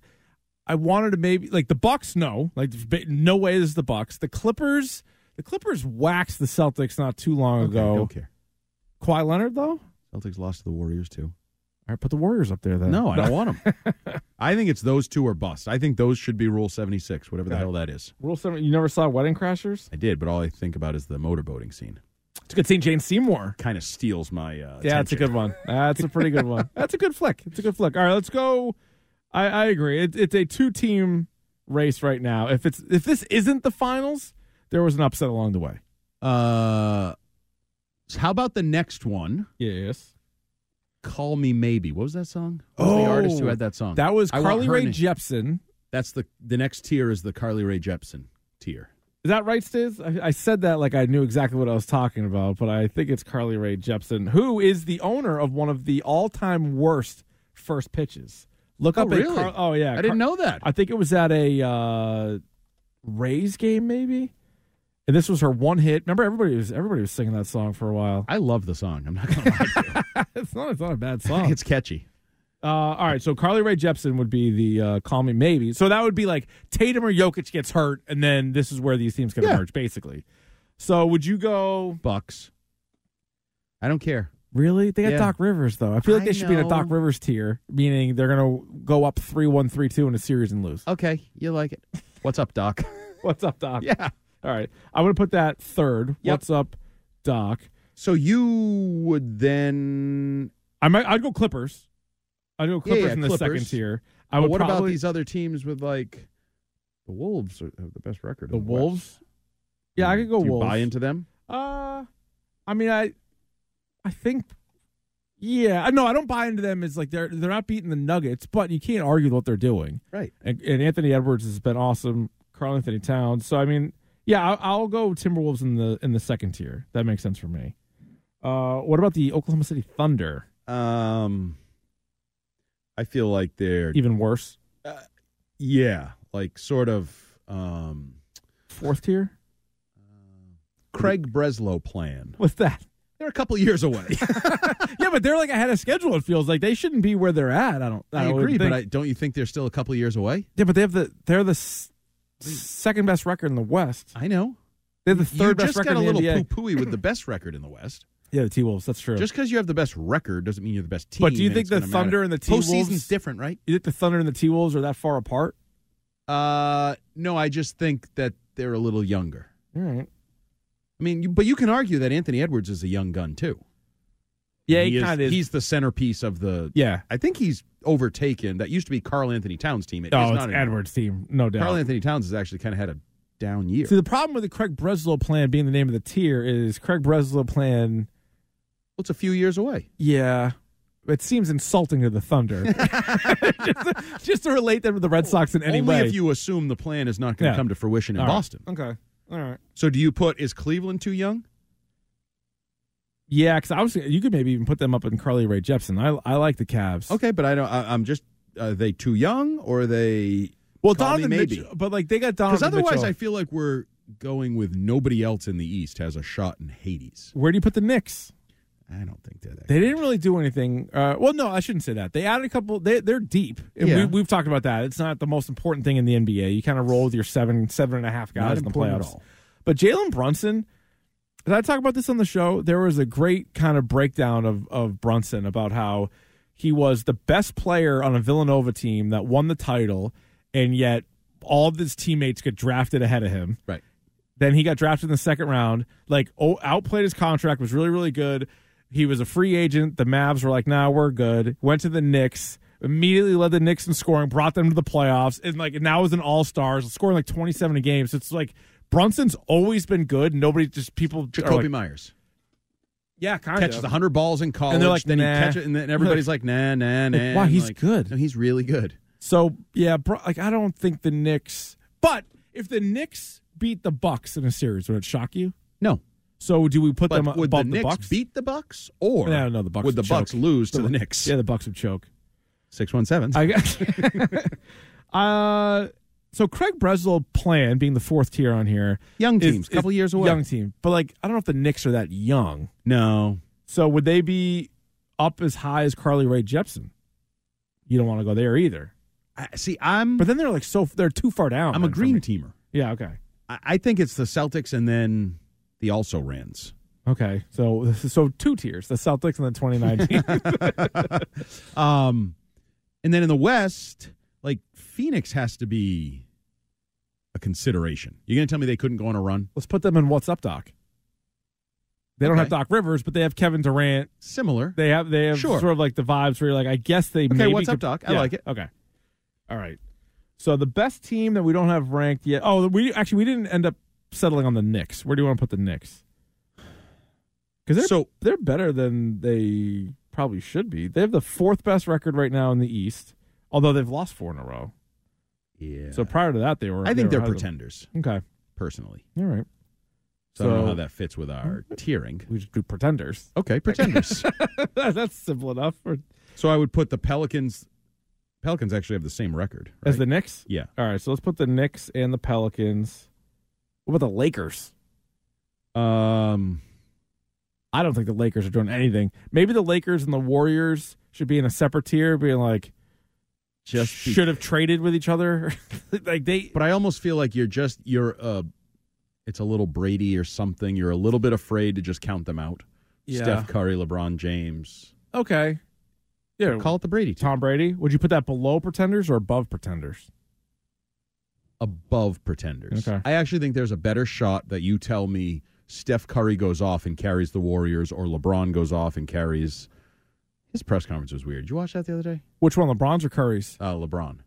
[SPEAKER 2] I wanted to maybe like the Bucks no, like ba- no way this is the Bucks. The Clippers, the Clippers waxed the Celtics not too long ago.
[SPEAKER 3] Don't care.
[SPEAKER 2] Kawhi Leonard though?
[SPEAKER 3] Celtics lost to the Warriors too.
[SPEAKER 2] All right, put the Warriors up there then.
[SPEAKER 3] No,
[SPEAKER 2] [laughs]
[SPEAKER 3] I don't want them. [laughs] I think it's those two are bust. I think those should be Rule Seventy Six, whatever the
[SPEAKER 2] Okay.
[SPEAKER 3] hell that is.
[SPEAKER 2] Rule seven. You never saw Wedding Crashers?
[SPEAKER 3] I did, but all I think about is the motorboating scene.
[SPEAKER 2] It's a good scene. Jane Seymour.
[SPEAKER 3] Kind of steals my. Uh,
[SPEAKER 2] Yeah, that's a good one. That's a pretty good [laughs] one. That's a good flick. It's a good flick. All right, let's go. I, I agree. It, it's a two-team race right now. If it's if this isn't the finals, there was an upset along the way.
[SPEAKER 3] good. Uh, so how about the next one?
[SPEAKER 2] Yes,
[SPEAKER 3] Call Me Maybe. What was that song? What was the
[SPEAKER 2] Oh,
[SPEAKER 3] artist who had that song?
[SPEAKER 2] that was
[SPEAKER 3] I want
[SPEAKER 2] Carly
[SPEAKER 3] her
[SPEAKER 2] Rae
[SPEAKER 3] name.
[SPEAKER 2] Jepsen.
[SPEAKER 3] That's the the next tier is the Carly Rae Jepsen tier.
[SPEAKER 2] Is that right, Stiz? I, I said that like I knew exactly what I was talking about, but I think it's Carly Ray Jepsen, who is the owner of one of the all-time worst first pitches. Look up a
[SPEAKER 3] really?
[SPEAKER 2] Car- oh yeah,
[SPEAKER 3] I didn't know that.
[SPEAKER 2] I think it was at a uh, Rays game, maybe. And this was her one hit. Remember, everybody was everybody was singing that song for a while. [laughs]
[SPEAKER 3] I love the song. I'm not gonna lie.
[SPEAKER 2] it's not it's not a
[SPEAKER 3] [laughs]
[SPEAKER 2] bad
[SPEAKER 3] to you.
[SPEAKER 2] song.
[SPEAKER 3] it's catchy.
[SPEAKER 2] Uh, all right, so Carly Rae Jepsen would be the uh, call me maybe. So that would be like Tatum or Jokic gets hurt, and then this is where these teams can
[SPEAKER 3] Yeah.
[SPEAKER 2] emerge, basically. So would you go?
[SPEAKER 3] Bucks. I don't care.
[SPEAKER 2] Really? They got
[SPEAKER 3] Yeah.
[SPEAKER 2] Doc Rivers though. I feel like
[SPEAKER 3] I
[SPEAKER 2] they should be in a
[SPEAKER 3] know.
[SPEAKER 2] Doc Rivers tier, meaning they're gonna go up three one three two in a series and lose.
[SPEAKER 3] Okay, you like it. [laughs] What's
[SPEAKER 2] [laughs]
[SPEAKER 3] up, Doc?
[SPEAKER 2] What's up, Doc?
[SPEAKER 3] yeah.
[SPEAKER 2] All right, I would put that third.
[SPEAKER 3] Yep.
[SPEAKER 2] What's up, Doc?
[SPEAKER 3] So you would then.
[SPEAKER 2] I might. I'd go Clippers. I'd go
[SPEAKER 3] Yeah,
[SPEAKER 2] Clippers
[SPEAKER 3] yeah,
[SPEAKER 2] in the second
[SPEAKER 3] Clippers.
[SPEAKER 2] tier. I
[SPEAKER 3] But
[SPEAKER 2] would
[SPEAKER 3] what about
[SPEAKER 2] probably-
[SPEAKER 3] these other teams with like the Wolves are, have the best record?
[SPEAKER 2] the
[SPEAKER 3] in West.
[SPEAKER 2] Wolves? Yeah, I could go
[SPEAKER 3] Do you
[SPEAKER 2] Wolves.
[SPEAKER 3] Buy into them.
[SPEAKER 2] Uh, I mean, I, I think, yeah, I no, I don't buy into them as like they're they're not beating the Nuggets, but you can't argue what they're doing.
[SPEAKER 3] Right.
[SPEAKER 2] And, and Anthony Edwards has been awesome. Carl Anthony Towns. So I mean, yeah, I'll, I'll go Timberwolves in the in the second tier. That makes sense for me. Uh, what about the Oklahoma City Thunder?
[SPEAKER 3] Um, I feel like they're
[SPEAKER 2] Even worse,
[SPEAKER 3] yeah, like sort of um,
[SPEAKER 2] fourth tier. [laughs]
[SPEAKER 3] Craig Breslow plan.
[SPEAKER 2] What's that?
[SPEAKER 3] They're a couple years away.
[SPEAKER 2] [laughs] Yeah, but they're like ahead of schedule. It feels like they shouldn't be where they're at. I don't. I,
[SPEAKER 3] I
[SPEAKER 2] would
[SPEAKER 3] agree, but
[SPEAKER 2] think.
[SPEAKER 3] I, don't you think they're still a couple years away?
[SPEAKER 2] yeah, but they have the they're the s- second best record in the West.
[SPEAKER 3] I know.
[SPEAKER 2] They're the
[SPEAKER 3] you
[SPEAKER 2] third
[SPEAKER 3] just
[SPEAKER 2] best record
[SPEAKER 3] got a
[SPEAKER 2] in the
[SPEAKER 3] little
[SPEAKER 2] NBA.
[SPEAKER 3] poo-pooey with the best record in the West.
[SPEAKER 2] Yeah, the T Wolves. That's true.
[SPEAKER 3] Just because you have the best record doesn't mean you're the best team.
[SPEAKER 2] But do you
[SPEAKER 3] and
[SPEAKER 2] think
[SPEAKER 3] it's
[SPEAKER 2] the
[SPEAKER 3] gonna matter.
[SPEAKER 2] Thunder and the T-Wolves-
[SPEAKER 3] Postseason's different, right?
[SPEAKER 2] you think the Thunder and the T Wolves are that far apart?
[SPEAKER 3] Uh, no, I just think that they're a little younger.
[SPEAKER 2] All right.
[SPEAKER 3] I mean, you, but you can argue that Anthony Edwards is a young gun too.
[SPEAKER 2] Yeah,
[SPEAKER 3] he
[SPEAKER 2] he kind of is.
[SPEAKER 3] He's the centerpiece of the.
[SPEAKER 2] yeah.
[SPEAKER 3] I think he's overtaken. That used to be Carl Anthony Towns' team. It is
[SPEAKER 2] Oh,
[SPEAKER 3] not
[SPEAKER 2] it's
[SPEAKER 3] anymore.
[SPEAKER 2] Edwards' team, no doubt.
[SPEAKER 3] Carl Anthony Towns has actually kind of had a down year.
[SPEAKER 2] See, the problem with the Craig Breslow plan being the name of the tier is Craig Breslow plan.
[SPEAKER 3] Well, it's a few years away.
[SPEAKER 2] Yeah, it seems insulting to the [laughs] Thunder. just, just to relate them to the Red Sox in any
[SPEAKER 3] Only
[SPEAKER 2] way.
[SPEAKER 3] if you assume the plan is not going to
[SPEAKER 2] Yeah.
[SPEAKER 3] come to fruition in
[SPEAKER 2] All right.
[SPEAKER 3] Boston.
[SPEAKER 2] Okay. All right.
[SPEAKER 3] So, do you put is Cleveland too young?
[SPEAKER 2] Yeah, because I was. You could maybe even put them up in Carly Rae Jepsen. I I like the Cavs.
[SPEAKER 3] Okay, but I don't. I, I'm just. Are they too young, or are they?
[SPEAKER 2] Well,
[SPEAKER 3] Call me
[SPEAKER 2] Donovan
[SPEAKER 3] maybe.
[SPEAKER 2] Mitchell, but like they got Donovan.
[SPEAKER 3] Because otherwise,
[SPEAKER 2] Mitchell.
[SPEAKER 3] I feel like we're going with nobody else in the East has a shot in Hades.
[SPEAKER 2] where do you put the Knicks?
[SPEAKER 3] I don't think they're that.
[SPEAKER 2] They didn't really do anything. Uh, well, no, I shouldn't say that. They added a couple. They, they're deep. And
[SPEAKER 3] Yeah.
[SPEAKER 2] we, we've talked about that. It's not the most important thing in the NBA. You kind of roll with your seven, seven and a half guys
[SPEAKER 3] Not
[SPEAKER 2] in the
[SPEAKER 3] important at
[SPEAKER 2] playoffs.
[SPEAKER 3] all.
[SPEAKER 2] But Jalen Brunson, did I talk about this on the show? There was a great kind of breakdown of of Brunson about how he was the best player on a Villanova team that won the title, and yet all of his teammates get drafted ahead of him.
[SPEAKER 3] Right.
[SPEAKER 2] Then he got drafted in the second round. Like oh, outplayed his contract. Was really really good. He was a free agent. The Mavs were like, "Nah, we're good." Went to the Knicks. Immediately led the Knicks in scoring. Brought them to the playoffs. And like now is an All Stars, scoring like twenty seven a game. So it's like Brunson's always been good. Nobody just people. are
[SPEAKER 3] Jacoby
[SPEAKER 2] like,
[SPEAKER 3] Myers
[SPEAKER 2] yeah, kind
[SPEAKER 3] catches
[SPEAKER 2] of.
[SPEAKER 3] a hundred balls in college,
[SPEAKER 2] they're like,
[SPEAKER 3] then he
[SPEAKER 2] nah.
[SPEAKER 3] catch it, and
[SPEAKER 2] [laughs]
[SPEAKER 3] then everybody's like, nah, nah, nah.
[SPEAKER 2] wow,
[SPEAKER 3] and
[SPEAKER 2] he's
[SPEAKER 3] like,
[SPEAKER 2] good.
[SPEAKER 3] No, he's really good.
[SPEAKER 2] So yeah, bro, like I don't think the Knicks. But if the Knicks beat the Bucks in a series, would it shock you?
[SPEAKER 3] No,
[SPEAKER 2] So do we put
[SPEAKER 3] but
[SPEAKER 2] them above
[SPEAKER 3] would the
[SPEAKER 2] the
[SPEAKER 3] Knicks
[SPEAKER 2] Bucks?
[SPEAKER 3] beat the Bucks, or
[SPEAKER 2] No, no, the Bucks
[SPEAKER 3] would the
[SPEAKER 2] would choke.
[SPEAKER 3] Bucks lose to the Knicks?
[SPEAKER 2] yeah, the Bucks would choke.
[SPEAKER 3] Six one seven.
[SPEAKER 2] I guess. [laughs] uh, so Craig Breslow plan being the fourth tier on here,
[SPEAKER 3] Young
[SPEAKER 2] is-
[SPEAKER 3] teams,
[SPEAKER 2] is
[SPEAKER 3] couple years away.
[SPEAKER 2] Young team, but like I don't know if the Knicks are that young.
[SPEAKER 3] No,
[SPEAKER 2] So would they be up as high as Carly Rae Jepsen? You don't want to go there either.
[SPEAKER 3] I, see, I'm
[SPEAKER 2] But then they're like so they're too far down.
[SPEAKER 3] I'm a
[SPEAKER 2] then for
[SPEAKER 3] green
[SPEAKER 2] me.
[SPEAKER 3] teamer.
[SPEAKER 2] Yeah. Okay.
[SPEAKER 3] I, I think it's the Celtics and then the also rans.
[SPEAKER 2] Okay. So [laughs] so two tiers: the Celtics and the 2019.
[SPEAKER 3] [laughs] Um, and then in the West, like Phoenix has to be a consideration. You're going to tell me they couldn't go on a run?
[SPEAKER 2] Let's put them in what's up, Doc. They don't
[SPEAKER 3] Okay.
[SPEAKER 2] have Doc Rivers, but they have Kevin Durant.
[SPEAKER 3] Similar.
[SPEAKER 2] They have they have
[SPEAKER 3] Sure.
[SPEAKER 2] sort of like the vibes where you're like, I guess they
[SPEAKER 3] Okay,
[SPEAKER 2] maybe
[SPEAKER 3] what's up,
[SPEAKER 2] could-
[SPEAKER 3] Doc? I
[SPEAKER 2] Yeah,
[SPEAKER 3] like it.
[SPEAKER 2] Okay. All right. So the best team that we don't have ranked yet. Oh, we actually we didn't end up settling on the Knicks. Where do you want to put the Knicks? Because they're
[SPEAKER 3] So-
[SPEAKER 2] they're better than they probably should be. They have the fourth best record right now in the East, although they've lost four in a row.
[SPEAKER 3] yeah.
[SPEAKER 2] So prior to that, they were.
[SPEAKER 3] I think
[SPEAKER 2] they
[SPEAKER 3] they're
[SPEAKER 2] were ahead of them.
[SPEAKER 3] pretenders.
[SPEAKER 2] Okay.
[SPEAKER 3] personally.
[SPEAKER 2] All right.
[SPEAKER 3] So, I don't
[SPEAKER 2] So-
[SPEAKER 3] know how that fits with our tiering.
[SPEAKER 2] We just do pretenders. [laughs]
[SPEAKER 3] Okay, pretenders.
[SPEAKER 2] That's simple enough for,
[SPEAKER 3] so I would put the Pelicans. Pelicans actually have the same record.
[SPEAKER 2] as the
[SPEAKER 3] right?
[SPEAKER 2] Knicks.
[SPEAKER 3] yeah.
[SPEAKER 2] All right, so let's put the Knicks and the Pelicans. What about the Lakers?
[SPEAKER 3] Um.
[SPEAKER 2] I don't think the Lakers are doing anything. Maybe the Lakers and the Warriors should be in a separate tier, being like
[SPEAKER 3] Just be-
[SPEAKER 2] should have traded with each other. [laughs] like they
[SPEAKER 3] But I almost feel like you're just you're uh it's a little Brady or something. You're a little bit afraid to just count them out. Steph Curry, LeBron James.
[SPEAKER 2] Okay. Yeah.
[SPEAKER 3] Call it the Brady team.
[SPEAKER 2] Tom Brady. Would you put that below pretenders or above pretenders?
[SPEAKER 3] above pretenders.
[SPEAKER 2] Okay.
[SPEAKER 3] I actually think there's a better shot that you tell me Steph Curry goes off and carries the Warriors or LeBron goes off and carries his press conference was weird. Did you watch that the other day?
[SPEAKER 2] Which one, LeBron's or Curry's?
[SPEAKER 3] Uh, LeBron.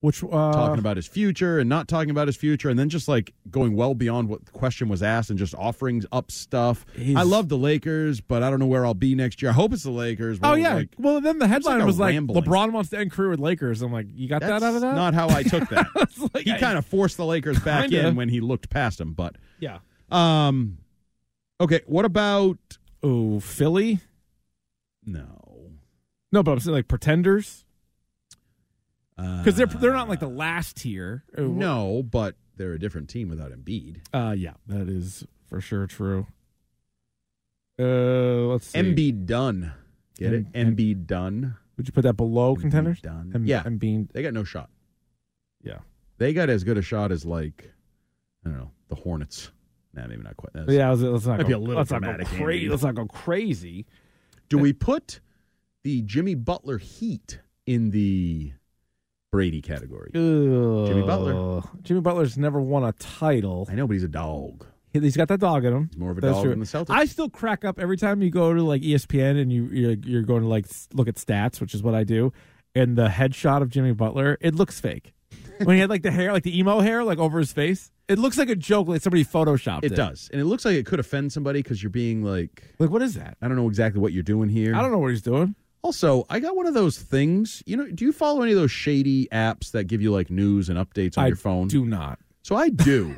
[SPEAKER 2] Which uh,
[SPEAKER 3] talking about his future and not talking about his future, and then just like going well beyond what the question was asked and just offering up stuff.
[SPEAKER 2] He's-
[SPEAKER 3] I love the Lakers, but I don't know where I'll be next year. I hope it's the Lakers.
[SPEAKER 2] Oh
[SPEAKER 3] Well,
[SPEAKER 2] yeah.
[SPEAKER 3] like,
[SPEAKER 2] well, then the headline
[SPEAKER 3] like a
[SPEAKER 2] was like
[SPEAKER 3] rambling-
[SPEAKER 2] LeBron wants to end career with Lakers. I'm like, you got
[SPEAKER 3] that's
[SPEAKER 2] that out of that?
[SPEAKER 3] not how I took that.
[SPEAKER 2] It's [laughs] like,
[SPEAKER 3] he
[SPEAKER 2] I-
[SPEAKER 3] kind of forced the Lakers back
[SPEAKER 2] Kinda.
[SPEAKER 3] in when he looked past him, but
[SPEAKER 2] yeah.
[SPEAKER 3] um, okay. What about
[SPEAKER 2] Oh, Philly.
[SPEAKER 3] no?
[SPEAKER 2] No, but I'm saying like pretenders because they're they're not like the
[SPEAKER 3] Uh,
[SPEAKER 2] last tier.
[SPEAKER 3] no, but they're a different team without Embiid.
[SPEAKER 2] Uh, yeah, that is for sure true. Uh, let's see.
[SPEAKER 3] Embiid done. Get it?
[SPEAKER 2] Em-
[SPEAKER 3] Embiid done.
[SPEAKER 2] Would you put that below
[SPEAKER 3] Embiid
[SPEAKER 2] contenders?
[SPEAKER 3] done.
[SPEAKER 2] Em-
[SPEAKER 3] yeah,
[SPEAKER 2] Embiid.
[SPEAKER 3] they got no shot.
[SPEAKER 2] Yeah.
[SPEAKER 3] they got as good a shot as like I don't know the Hornets. Nah, maybe not quite. That's-
[SPEAKER 2] Yeah, let's, let's not
[SPEAKER 3] Might
[SPEAKER 2] go,
[SPEAKER 3] be a little
[SPEAKER 2] let's not go
[SPEAKER 3] dramatic,
[SPEAKER 2] crazy.
[SPEAKER 3] Andy.
[SPEAKER 2] Let's not go crazy.
[SPEAKER 3] Do we put the Jimmy Butler Heat in the Brady category?
[SPEAKER 2] Jimmy
[SPEAKER 3] Butler.
[SPEAKER 2] Jimmy Butler's never won a title.
[SPEAKER 3] I know, but he's a dog.
[SPEAKER 2] He's got that dog in him.
[SPEAKER 3] He's more of a
[SPEAKER 2] That's
[SPEAKER 3] dog
[SPEAKER 2] true.
[SPEAKER 3] than the Celtics.
[SPEAKER 2] I still crack up every time you go to like E ESPN and you you're, you're going to like s- look at stats, which is what I do. And the headshot of Jimmy Butler, it looks
[SPEAKER 3] [laughs]
[SPEAKER 2] fake. when he had like the hair, like the emo hair, like over his face, it looks like a joke. Like somebody photoshopped it.
[SPEAKER 3] it does, and it looks like it could offend somebody because you're being like,
[SPEAKER 2] Like what is that?
[SPEAKER 3] I don't know exactly what you're doing here.
[SPEAKER 2] I don't know what he's doing.
[SPEAKER 3] Also, I got one of those things. You know, do you follow any of those shady apps that give you like news and updates on
[SPEAKER 2] I
[SPEAKER 3] your phone?
[SPEAKER 2] do not.
[SPEAKER 3] So
[SPEAKER 2] [laughs]
[SPEAKER 3] I do.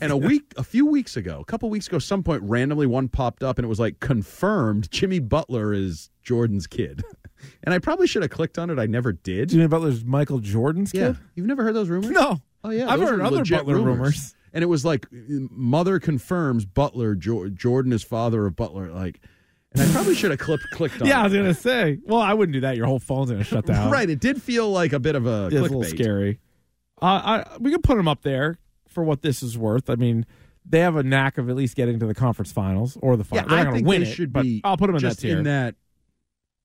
[SPEAKER 3] and a week, a few weeks ago, a couple weeks ago, some point randomly one popped up and it was like confirmed Jimmy Butler is Jordan's kid. [laughs] And I probably should have clicked on it. I never did.
[SPEAKER 2] Jimmy Butler's Michael Jordan's
[SPEAKER 3] yeah.
[SPEAKER 2] kid.
[SPEAKER 3] You've never heard those rumors?
[SPEAKER 2] No,
[SPEAKER 3] Oh, yeah.
[SPEAKER 2] I've
[SPEAKER 3] those
[SPEAKER 2] heard
[SPEAKER 3] are
[SPEAKER 2] other
[SPEAKER 3] legit
[SPEAKER 2] Butler rumors.
[SPEAKER 3] And it was like mother confirms Butler, jo- Jordan is father of Butler. Like, and I probably should have clipped, clicked on
[SPEAKER 2] Yeah, I
[SPEAKER 3] it.
[SPEAKER 2] was gonna say. Well, I wouldn't do that. Your whole phone's gonna shut down.
[SPEAKER 3] [laughs] Right. It did feel like a bit of a
[SPEAKER 2] It's a
[SPEAKER 3] clickbait.
[SPEAKER 2] little scary. Uh, I we can put them up there for what this is worth. I mean, they have a knack of at least getting to the conference finals or the
[SPEAKER 3] Yeah,
[SPEAKER 2] final. They're
[SPEAKER 3] I
[SPEAKER 2] not
[SPEAKER 3] think
[SPEAKER 2] gonna win
[SPEAKER 3] they
[SPEAKER 2] it,
[SPEAKER 3] should
[SPEAKER 2] but
[SPEAKER 3] be.
[SPEAKER 2] I'll put them in
[SPEAKER 3] just
[SPEAKER 2] that tier.
[SPEAKER 3] In that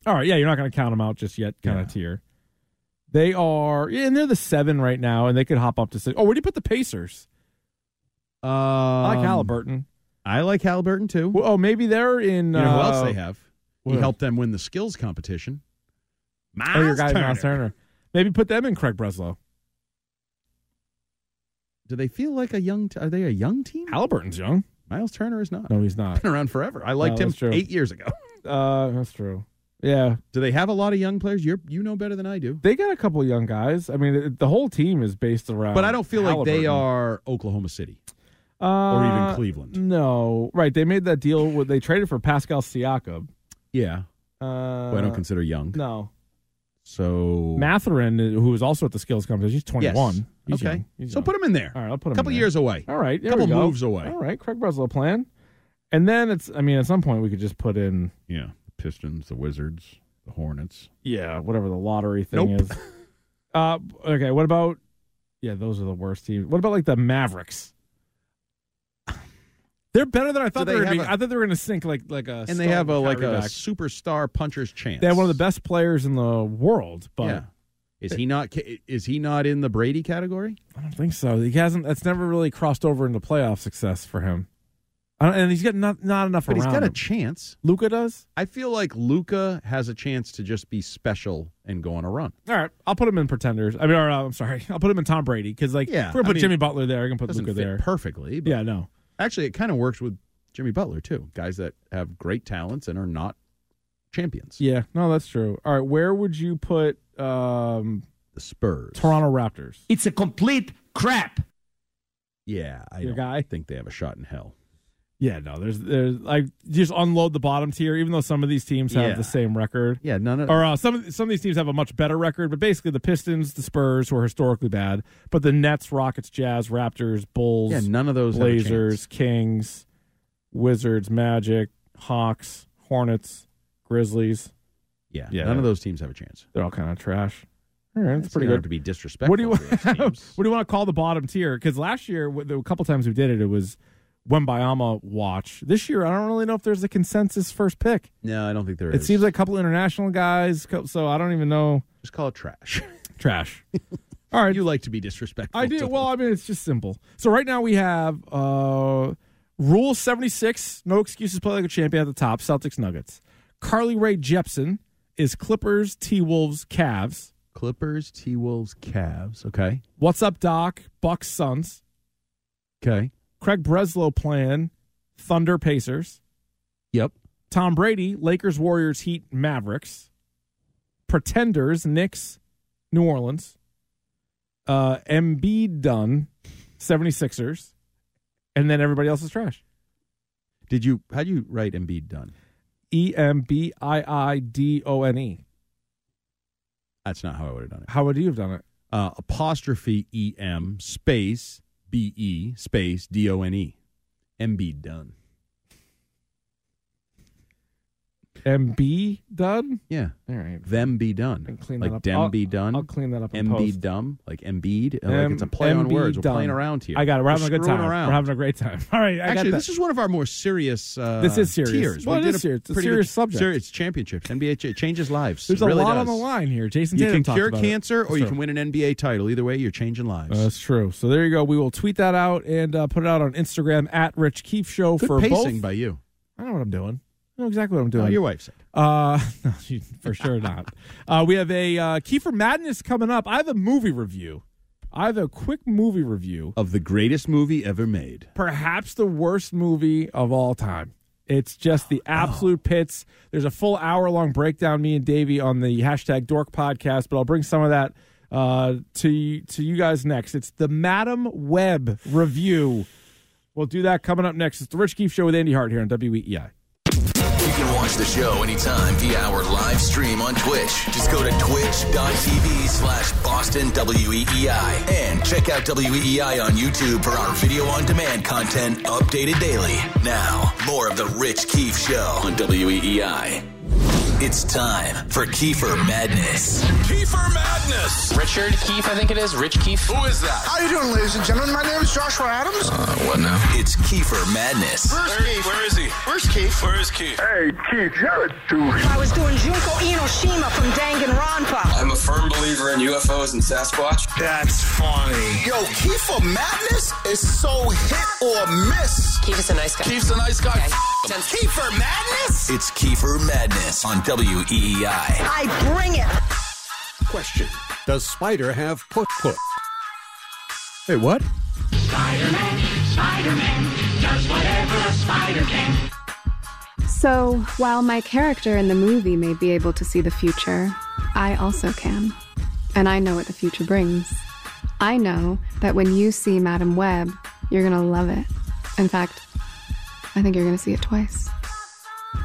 [SPEAKER 2] All right, yeah, you're not gonna count them out just yet, kind
[SPEAKER 3] Yeah.
[SPEAKER 2] of tier. They are, yeah, and they're the seven right now, and they could hop up to six. Oh, where do you put the Pacers?
[SPEAKER 3] Um,
[SPEAKER 2] I like Halliburton.
[SPEAKER 3] I like Halliburton too.
[SPEAKER 2] Well, oh, maybe they're in.
[SPEAKER 3] You know who
[SPEAKER 2] uh,
[SPEAKER 3] else they have?
[SPEAKER 2] what?
[SPEAKER 3] He helped them win the skills competition. Miles
[SPEAKER 2] Oh, your guy
[SPEAKER 3] Turner.
[SPEAKER 2] Miles Turner. Maybe put them in Craig Breslow.
[SPEAKER 3] Do they feel like a young? T- are they a young team?
[SPEAKER 2] Halliburton's young.
[SPEAKER 3] Miles Turner is not.
[SPEAKER 2] No, he's not.
[SPEAKER 3] Been around forever. I liked
[SPEAKER 2] No,
[SPEAKER 3] him
[SPEAKER 2] that's true.
[SPEAKER 3] eight years ago. [laughs]
[SPEAKER 2] Uh, that's true. Yeah,
[SPEAKER 3] Do they have a lot of young players? You you know better than I do.
[SPEAKER 2] They got a couple young guys. I mean, it- the whole team is based around.
[SPEAKER 3] But I don't feel like they
[SPEAKER 2] Uh, Halliburton.
[SPEAKER 3] are Oklahoma City
[SPEAKER 2] Uh,
[SPEAKER 3] or even Cleveland.
[SPEAKER 2] No, right? They made that deal. With, they traded for Pascal Siakam.
[SPEAKER 3] Yeah,
[SPEAKER 2] Uh,
[SPEAKER 3] who I don't consider young.
[SPEAKER 2] No,
[SPEAKER 3] So
[SPEAKER 2] Matherin, who is also at the skills competition, he's
[SPEAKER 3] yes.
[SPEAKER 2] twenty one. He's
[SPEAKER 3] okay,
[SPEAKER 2] young. He's
[SPEAKER 3] so
[SPEAKER 2] young.
[SPEAKER 3] put him in there.
[SPEAKER 2] All right, I'll put him.
[SPEAKER 3] a couple
[SPEAKER 2] in there.
[SPEAKER 3] years away.
[SPEAKER 2] All right, there
[SPEAKER 3] couple
[SPEAKER 2] we go.
[SPEAKER 3] moves away.
[SPEAKER 2] All right, Craig Breslow plan, and then it's. I mean, at some point we could just put in.
[SPEAKER 3] Yeah, Pistons, the Wizards, the Hornets.
[SPEAKER 2] Yeah, whatever the lottery thing
[SPEAKER 3] Nope.
[SPEAKER 2] is. [laughs] Uh, okay. What about? Yeah, those are the worst teams. What about like the Mavericks? They're better than I thought
[SPEAKER 3] they
[SPEAKER 2] they, were. Gonna be.
[SPEAKER 3] have a-
[SPEAKER 2] I thought they were going to sink like like a.
[SPEAKER 3] and
[SPEAKER 2] stone
[SPEAKER 3] they have a
[SPEAKER 2] with
[SPEAKER 3] like
[SPEAKER 2] Kyrie
[SPEAKER 3] a
[SPEAKER 2] back.
[SPEAKER 3] superstar puncher's chance.
[SPEAKER 2] They have one of the best players in the world, but
[SPEAKER 3] yeah. Is he not? ca- Is he not in the Brady category?
[SPEAKER 2] I don't think so. He hasn't. That's never really crossed over into playoff success for him. I don't, and he's got not not enough
[SPEAKER 3] But he's
[SPEAKER 2] around.
[SPEAKER 3] got a
[SPEAKER 2] him.
[SPEAKER 3] chance.
[SPEAKER 2] Luca does.
[SPEAKER 3] I feel like Luca has a chance to just be special and go on a run.
[SPEAKER 2] All right, I'll put him in pretenders. I mean, or, uh, I'm sorry, [laughs] I'll put him in Tom Brady because like
[SPEAKER 3] Yeah,
[SPEAKER 2] if we're
[SPEAKER 3] I
[SPEAKER 2] gonna put
[SPEAKER 3] mean,
[SPEAKER 2] Jimmy Butler there. I'm gonna put
[SPEAKER 3] Doesn't
[SPEAKER 2] Luca
[SPEAKER 3] fit
[SPEAKER 2] there.
[SPEAKER 3] perfectly. But
[SPEAKER 2] Yeah, no.
[SPEAKER 3] Actually, it kind of works with Jimmy Butler too. Guys that have great talents and are not champions.
[SPEAKER 2] Yeah, no, that's true. All right, where would you put um,
[SPEAKER 3] The Spurs.
[SPEAKER 2] Toronto Raptors?
[SPEAKER 8] It's a complete crap.
[SPEAKER 3] Yeah, I
[SPEAKER 2] Your
[SPEAKER 3] don't
[SPEAKER 2] guy?
[SPEAKER 3] think they have a shot in hell.
[SPEAKER 2] Yeah, no, there's there's like just unload the bottom tier, even though some of these teams have
[SPEAKER 3] Yeah.
[SPEAKER 2] the same record.
[SPEAKER 5] Yeah, none of
[SPEAKER 2] Or uh, some of- some of these teams have a much better record, but basically the Pistons, the Spurs, who are historically bad, but the Nets, Rockets, Jazz, Raptors, Bulls,
[SPEAKER 5] yeah, none of those have a chance.
[SPEAKER 2] Blazers, Kings, Wizards, Magic, Hawks, Hornets, Grizzlies.
[SPEAKER 3] Yeah,
[SPEAKER 2] Yeah.
[SPEAKER 3] none of those teams have a chance.
[SPEAKER 2] They're all kind of trash. All right, that's
[SPEAKER 3] You
[SPEAKER 2] pretty
[SPEAKER 3] don't have
[SPEAKER 2] good.
[SPEAKER 3] to be disrespectful.
[SPEAKER 2] [laughs] What do you
[SPEAKER 3] to those teams.
[SPEAKER 2] What do you want to call the bottom tier? Because last year, wh- the- a couple times we did it, it was Wembayama watch. This year, I don't really know if there's a consensus first pick.
[SPEAKER 3] no, I don't think there is.
[SPEAKER 2] It seems like a couple international guys, co- so I don't even know.
[SPEAKER 3] just call it trash. [laughs]
[SPEAKER 2] Trash. [laughs] All right,
[SPEAKER 3] you like to be disrespectful.
[SPEAKER 2] I
[SPEAKER 3] to [laughs]
[SPEAKER 2] do.
[SPEAKER 3] them.
[SPEAKER 2] Well, I mean, it's just simple. So right now we have uh, Rule 76, no excuses, play like a champion at the top, Celtics Nuggets. Carly Ray Jepsen is Clippers, T Wolves, Cavs.
[SPEAKER 3] Clippers, T Wolves, Cavs. Okay,
[SPEAKER 2] What's up, Doc? Bucks, Suns.
[SPEAKER 3] okay,
[SPEAKER 2] Craig Breslow plan, Thunder, Pacers.
[SPEAKER 3] yep.
[SPEAKER 2] Tom Brady, Lakers, Warriors, Heat, Mavericks. Pretenders, Knicks, New Orleans. Uh, MB Dunn, 76ers. And then everybody else is trash.
[SPEAKER 3] Did you? How do you write Embiid done?
[SPEAKER 2] E M B I I D O N E.
[SPEAKER 3] That's not how I would have done it.
[SPEAKER 2] How would you have done it?
[SPEAKER 3] Uh, apostrophe E M space B E space D O N E. Embiid done.
[SPEAKER 2] MB Dunn?
[SPEAKER 3] Yeah,
[SPEAKER 2] All right.
[SPEAKER 3] them be done.
[SPEAKER 2] I can clean
[SPEAKER 3] like
[SPEAKER 2] that up.
[SPEAKER 3] dem
[SPEAKER 2] I'll-
[SPEAKER 3] be done.
[SPEAKER 2] I'll clean that up in
[SPEAKER 3] MB
[SPEAKER 2] post.
[SPEAKER 3] dumb, like Embiid. Uh, like
[SPEAKER 2] M-
[SPEAKER 3] it's a play on
[SPEAKER 2] MB
[SPEAKER 3] words. We're
[SPEAKER 2] Dunn.
[SPEAKER 3] playing around here.
[SPEAKER 2] I got it. We're having a good
[SPEAKER 3] screwing
[SPEAKER 2] time.
[SPEAKER 3] Around.
[SPEAKER 2] We're having a great time. [laughs] All right. I
[SPEAKER 3] Actually,
[SPEAKER 2] got that.
[SPEAKER 3] this is one of our more serious. Uh,
[SPEAKER 2] This is serious.
[SPEAKER 3] Tiers.
[SPEAKER 2] Well,
[SPEAKER 3] we
[SPEAKER 2] it
[SPEAKER 3] did
[SPEAKER 2] is
[SPEAKER 3] a
[SPEAKER 2] serious. It's a
[SPEAKER 3] pretty
[SPEAKER 2] serious
[SPEAKER 3] good-
[SPEAKER 2] subject.
[SPEAKER 3] Serious championships. NBA it changes lives.
[SPEAKER 2] There's
[SPEAKER 3] It really
[SPEAKER 2] a lot
[SPEAKER 3] does.
[SPEAKER 2] on the line here. Jason
[SPEAKER 3] You
[SPEAKER 2] Tatum
[SPEAKER 3] can
[SPEAKER 2] talked
[SPEAKER 3] cure
[SPEAKER 2] about it.
[SPEAKER 3] cancer, or you
[SPEAKER 2] So-
[SPEAKER 3] can win an NBA title. Either way, you're changing lives.
[SPEAKER 2] Uh, That's true. So there you go. We will tweet that out and uh, put it out on Instagram at Rich Keefe Show
[SPEAKER 3] Good
[SPEAKER 2] for
[SPEAKER 3] pacing
[SPEAKER 2] both.
[SPEAKER 3] by you.
[SPEAKER 2] I know what I'm doing. I know exactly what I'm
[SPEAKER 3] Oh,
[SPEAKER 2] doing.
[SPEAKER 3] your wife said.
[SPEAKER 2] Uh, [laughs] no, she- for sure not. Uh, we have a uh, Kiefer Madness coming up. I have a movie review. I have a quick movie review.
[SPEAKER 3] Of the greatest movie ever made.
[SPEAKER 2] Perhaps the worst movie of all time. It's just the absolute pits. There's a full hour long breakdown, me and Davey, on the hashtag Dork podcast, but I'll bring some of that uh, to you- to you guys next. It's the Madam Web review. We'll do that coming up next. It's the Rich Keefe Show with Andy Hart here on E WEEI.
[SPEAKER 1] You can watch the show anytime via our live stream on Twitch. Just go to twitch.tv slash Boston WEEI and check out WEEI on YouTube for our video on demand content updated daily. Now, more of The Rich Keefe Show on WEEI. It's time for Kiefer Madness.
[SPEAKER 8] Uh, Kiefer Madness.
[SPEAKER 9] Richard Keefe, I think it is. Rich Keefe.
[SPEAKER 8] Who is that?
[SPEAKER 10] How you doing, ladies and gentlemen? My name is Joshua Adams.
[SPEAKER 1] What now? It's Kiefer Madness.
[SPEAKER 10] Where's Keith?
[SPEAKER 8] where is he?
[SPEAKER 10] Where's Keith?
[SPEAKER 8] Where is Keith?
[SPEAKER 10] Hey, Keith, you're a douche.
[SPEAKER 11] I was doing Junko Inoshima from Danganronpa.
[SPEAKER 9] I'm a firm believer in UFOs and Sasquatch.
[SPEAKER 8] That's funny.
[SPEAKER 10] Yo, Keith for madness is so hit or miss.
[SPEAKER 11] Keith is a nice guy.
[SPEAKER 8] Keith's a nice guy.
[SPEAKER 10] Keith for madness?
[SPEAKER 1] It's Kiefer Madness on E WEEI.
[SPEAKER 11] I bring it.
[SPEAKER 12] Question Does Spider have put put?
[SPEAKER 3] Wait, what?
[SPEAKER 11] So, while my character in the movie may be able to see the future, I also can. And I know what the future brings. I know that when you see Madam Web, you're gonna love it. In fact, I think you're gonna see it twice.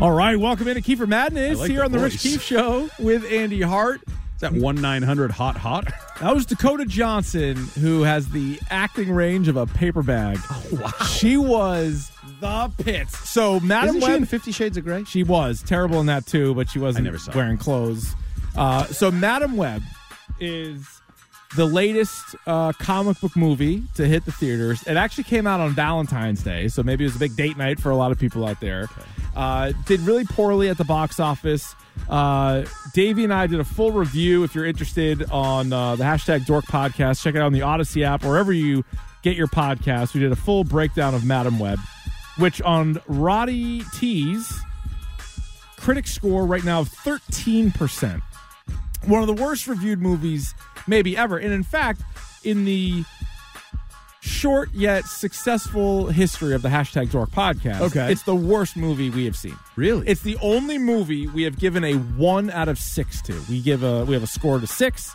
[SPEAKER 2] All right, welcome into Kiefer Madness
[SPEAKER 3] I like
[SPEAKER 2] here
[SPEAKER 3] the
[SPEAKER 2] on the Rich
[SPEAKER 3] voice.
[SPEAKER 2] Keefe Show with Andy Hart.
[SPEAKER 3] Is that one nine hundred hot hot?
[SPEAKER 2] That was Dakota Johnson, who has the acting range of a paper bag.
[SPEAKER 3] Oh,
[SPEAKER 2] wow. She was the pits. So, Madam
[SPEAKER 3] Isn't she in
[SPEAKER 2] Web,
[SPEAKER 3] Fifty Shades of Grey?
[SPEAKER 2] she was terrible in that too, but she wasn't
[SPEAKER 3] never saw it.
[SPEAKER 2] wearing clothes. Uh, so, Madam Web is the latest uh, comic book movie to hit the theaters. It actually came out on Valentine's Day, so maybe it was a big date night for a lot of people out there. Uh, did really poorly at the box office. Uh, Davey and I did a full review. If you're interested on uh, the hashtag Dork Podcast, check it out on the Odyssey app wherever you get your podcast. We did a full breakdown of Madam Web, which on Roddy T's critic score right now of 13% one of the worst reviewed movies maybe ever. And in fact, in the short yet successful history of the hashtag dork podcast,
[SPEAKER 3] Okay.
[SPEAKER 2] it's the worst movie we have seen.
[SPEAKER 3] Really?
[SPEAKER 2] It's the only movie we have given a one out of six to. We give a we have a score to six.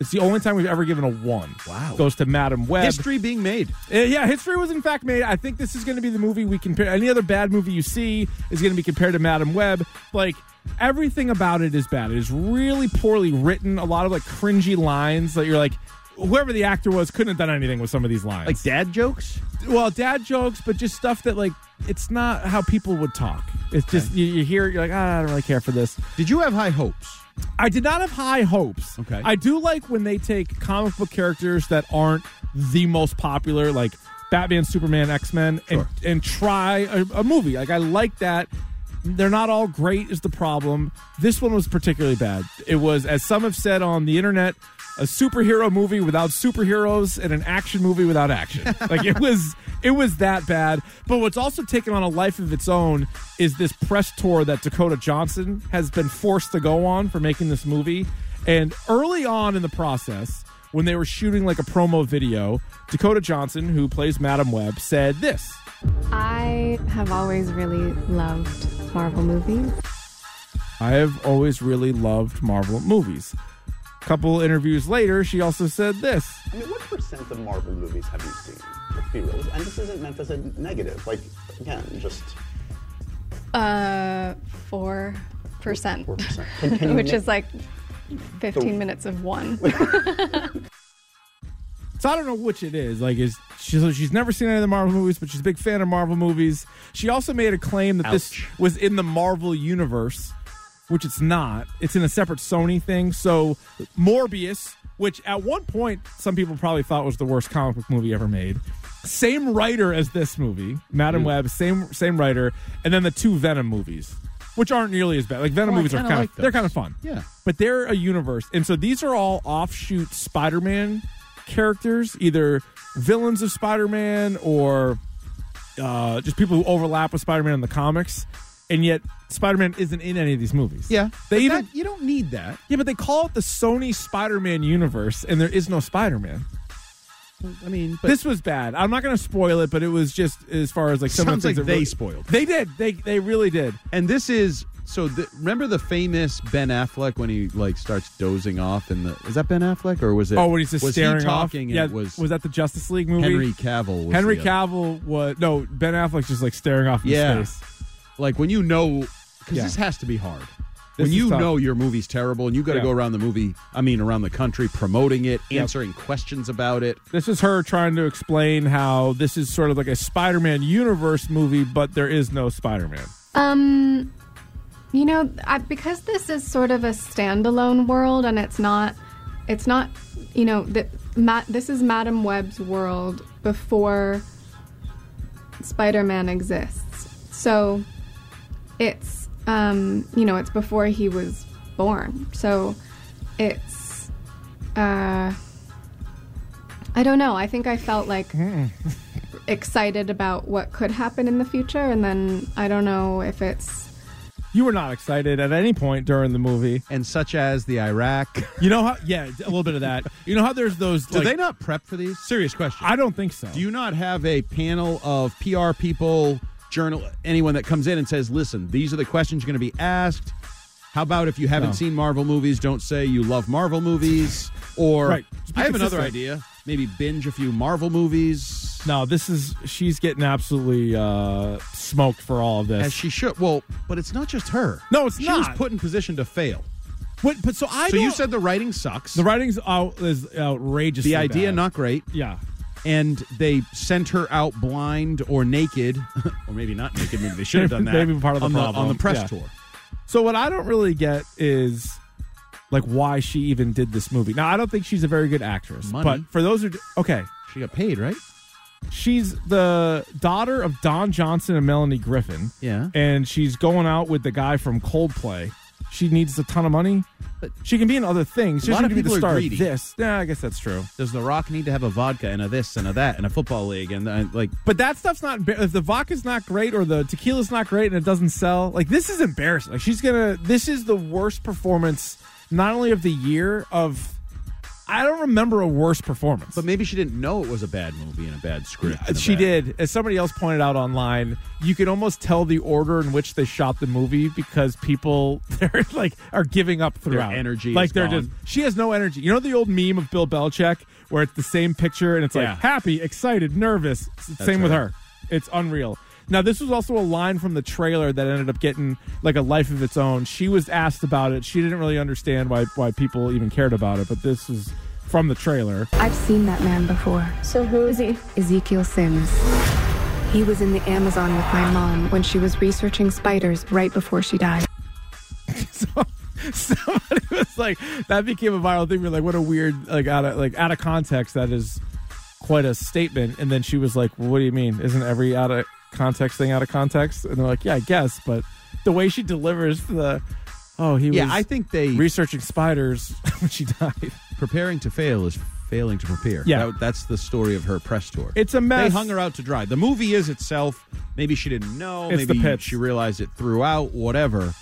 [SPEAKER 2] It's the only time we've ever given a one. Wow. Goes to Madam Web.
[SPEAKER 3] History being made.
[SPEAKER 2] Uh, yeah, history was in fact made. I think this is going to be the movie we compare. Any other bad movie you see is going to be compared to Madam Web. Like everything about it is bad. It is really poorly written. A lot of like cringy lines that you're like, whoever the actor was couldn't have done anything with some of these lines.
[SPEAKER 5] Like dad jokes?
[SPEAKER 2] Well, dad jokes, but just stuff that like it's not how people would talk. It's just you, you hear it, you're like, ah, I don't really care for this.
[SPEAKER 3] Did you have high hopes?
[SPEAKER 2] I did not have high hopes.
[SPEAKER 3] Okay.
[SPEAKER 2] I do like when they take comic book characters that aren't the most popular, like Batman, Superman, X Men, and, and try a, a movie. Like I like that. They're not all great is the problem. This one was particularly bad. It was, as some have said on the internet, a superhero movie without superheroes and an action movie without action. like it was it was that bad. But what's also taken on a life of its own is this press tour that Dakota Johnson has been forced to go on for making this movie. And early on in the process, when they were shooting like a promo video, Dakota Johnson, who plays Madam Web, said this.
[SPEAKER 11] I have always really loved Marvel movies.
[SPEAKER 2] I have always really loved Marvel movies. A couple interviews later, she also said this.
[SPEAKER 13] I mean, what percent of Marvel movies have you seen? Let's be real. And this isn't meant as a negative. Like, again, just
[SPEAKER 11] Uh, four percent,
[SPEAKER 13] Can-
[SPEAKER 11] [laughs]
[SPEAKER 13] can you
[SPEAKER 11] which
[SPEAKER 13] na-
[SPEAKER 11] is like fifteen minutes of one.
[SPEAKER 2] So I don't know which it is. Like, is she, so she's never seen any of the Marvel movies, but she's a big fan of Marvel movies. She also made a claim that this was in the Marvel universe, which it's not. It's in a separate Sony thing. So Morbius, which at one point some people probably thought was the worst comic book movie ever made, same writer as this movie, Madam Web, same same writer, and then the two Venom movies, which aren't nearly as bad. Like Venom
[SPEAKER 3] Well, I
[SPEAKER 2] movies are
[SPEAKER 3] kinda
[SPEAKER 2] kind
[SPEAKER 3] like
[SPEAKER 2] of they're
[SPEAKER 3] those.
[SPEAKER 2] kind of fun.
[SPEAKER 3] Yeah.
[SPEAKER 2] But they're a universe. And so these are all offshoot Spider Man characters, either villains of Spider Man or uh, just people who overlap with Spider Man in the comics. And yet, Spider Man isn't in any of these movies.
[SPEAKER 3] Yeah.
[SPEAKER 2] They
[SPEAKER 3] But
[SPEAKER 2] even.
[SPEAKER 3] that- you don't need that.
[SPEAKER 2] yeah, but they call it the Sony Spider Man universe, and there is no Spider Man.
[SPEAKER 3] I mean, but
[SPEAKER 2] This was bad. I'm not going to spoil it, but it was just as far as like some of
[SPEAKER 3] sounds
[SPEAKER 2] the
[SPEAKER 3] like
[SPEAKER 2] things
[SPEAKER 3] they
[SPEAKER 2] that really-
[SPEAKER 3] spoiled.
[SPEAKER 2] They did. They they really did.
[SPEAKER 3] And this is so. The, remember the famous Ben Affleck when he like starts dozing off in the. Is that Ben Affleck or was it?
[SPEAKER 2] oh, when he's just
[SPEAKER 3] was
[SPEAKER 2] staring
[SPEAKER 3] he
[SPEAKER 2] off.
[SPEAKER 3] talking and
[SPEAKER 2] yeah,
[SPEAKER 3] it was
[SPEAKER 2] that the Justice League movie?
[SPEAKER 3] Henry Cavill. Was
[SPEAKER 2] Henry
[SPEAKER 3] the other-
[SPEAKER 2] Cavill was no Ben Affleck's just like staring off into
[SPEAKER 3] Yeah.
[SPEAKER 2] space.
[SPEAKER 3] Like when you know, because
[SPEAKER 2] Yeah.
[SPEAKER 3] this has to be hard.
[SPEAKER 2] This
[SPEAKER 3] when
[SPEAKER 2] is
[SPEAKER 3] you
[SPEAKER 2] tough.
[SPEAKER 3] know your movie's terrible and you got to
[SPEAKER 2] Yeah.
[SPEAKER 3] go around the movie, I mean around the country promoting it,
[SPEAKER 2] Yep.
[SPEAKER 3] answering questions about it.
[SPEAKER 2] This is her trying to explain how this is sort of like a Spider-Man universe movie, but there is no Spider-Man.
[SPEAKER 11] Um, you know, I, because this is sort of a standalone world, and it's not, it's not, you know, that Matt. This is Madam Web's world before Spider-Man exists. So, it's, um, you know, it's before he was born. So, it's, uh, I don't know. I think I felt like excited about what could happen in the future, and then I don't know if it's
[SPEAKER 2] You were not excited at any point during the movie.
[SPEAKER 3] And such as the Iraq.
[SPEAKER 2] You know how? Yeah, a little bit of that. You know how there's those.
[SPEAKER 3] Do
[SPEAKER 2] like-
[SPEAKER 3] they not prep for these? Serious question.
[SPEAKER 2] I don't think so.
[SPEAKER 3] Do you not have a panel of PR people, journal, anyone that comes in and says, "Listen, these are the questions you're going to be asked." How about if you haven't
[SPEAKER 2] No.
[SPEAKER 3] seen Marvel movies, don't say you love Marvel movies, or
[SPEAKER 2] Right. Just be
[SPEAKER 3] I have another
[SPEAKER 2] consistent.
[SPEAKER 3] idea. Maybe binge a few Marvel movies.
[SPEAKER 2] no, this is she's getting absolutely uh, smoked for all of this.
[SPEAKER 3] As she should. Well, but it's not just her.
[SPEAKER 2] no, it's
[SPEAKER 3] she
[SPEAKER 2] not.
[SPEAKER 3] was put in position to fail.
[SPEAKER 2] What- but so I.
[SPEAKER 3] so you
[SPEAKER 2] don't-
[SPEAKER 3] said the writing sucks.
[SPEAKER 2] the writing's out is outrageous.
[SPEAKER 3] the idea not great,
[SPEAKER 2] Yeah.
[SPEAKER 3] and they sent her out blind or naked, [laughs] or maybe not naked. Maybe they should have done
[SPEAKER 2] [laughs]
[SPEAKER 3] that.
[SPEAKER 2] Maybe part of the
[SPEAKER 3] on
[SPEAKER 2] problem.
[SPEAKER 3] on the press
[SPEAKER 2] Yeah.
[SPEAKER 3] tour.
[SPEAKER 2] So what I don't really get is like why she even did this movie. Now I don't think she's a very good actress,
[SPEAKER 3] Money.
[SPEAKER 2] but for those who okay,
[SPEAKER 3] She got paid, right?
[SPEAKER 2] she's the daughter of Don Johnson and Melanie Griffin.
[SPEAKER 3] Yeah.
[SPEAKER 2] and she's going out with the guy from Coldplay. She needs a ton of money. But she can be in other things. She
[SPEAKER 3] A lot
[SPEAKER 2] doesn't
[SPEAKER 3] of
[SPEAKER 2] need to be the
[SPEAKER 3] people are
[SPEAKER 2] star
[SPEAKER 3] greedy.
[SPEAKER 2] of this. Yeah, I guess that's true.
[SPEAKER 3] Does The Rock need to have a vodka and a this and a that and a football league and, and like?
[SPEAKER 2] But that stuff's not. embar- If the vodka's not great or the tequila's not great and it doesn't sell, like this is embarrassing. Like she's gonna. This is the worst performance, not only of the year of I don't remember a worse performance. But
[SPEAKER 3] maybe she didn't know it was a bad movie and a bad script. and a
[SPEAKER 2] She
[SPEAKER 3] bad-
[SPEAKER 2] did. As somebody else pointed out online, you can almost tell the order in which they shot the movie because people [laughs] they're like are giving up throughout.
[SPEAKER 3] energy
[SPEAKER 2] like
[SPEAKER 3] is
[SPEAKER 2] they're
[SPEAKER 3] gone.
[SPEAKER 2] just she has no energy. You know the old meme of Bill Belichick where it's the same picture and it's
[SPEAKER 3] Yeah.
[SPEAKER 2] like happy, excited, nervous. It's the
[SPEAKER 3] That's
[SPEAKER 2] same with
[SPEAKER 3] right.
[SPEAKER 2] her. It's unreal. Now this was also a line from the trailer that ended up getting like a life of its own. She was asked about it. She didn't really understand why why people even cared about it, but this was from the trailer.
[SPEAKER 11] I've seen that man before. So who is he? Ezekiel Sims. He was in the Amazon with my mom when she was researching spiders right before she died.
[SPEAKER 2] [laughs] somebody was like that became a viral thing. We're like, what a weird like out of like out of context that is quite a statement. And then she was like, well, what do you mean? Isn't every out of context thing out of context? And they're like, yeah, I guess, but the way she delivers the oh he
[SPEAKER 3] Yeah,
[SPEAKER 2] was
[SPEAKER 3] I think they
[SPEAKER 2] researching spiders [laughs] when she died.
[SPEAKER 3] Preparing to fail is failing to prepare.
[SPEAKER 2] Yeah.
[SPEAKER 3] That- that's the story of her press tour.
[SPEAKER 2] It's a mess.
[SPEAKER 3] They hung her out to dry. The movie is itself. Maybe she didn't know.
[SPEAKER 2] It's the
[SPEAKER 3] maybe
[SPEAKER 2] pits.
[SPEAKER 3] she realized it throughout. Whatever.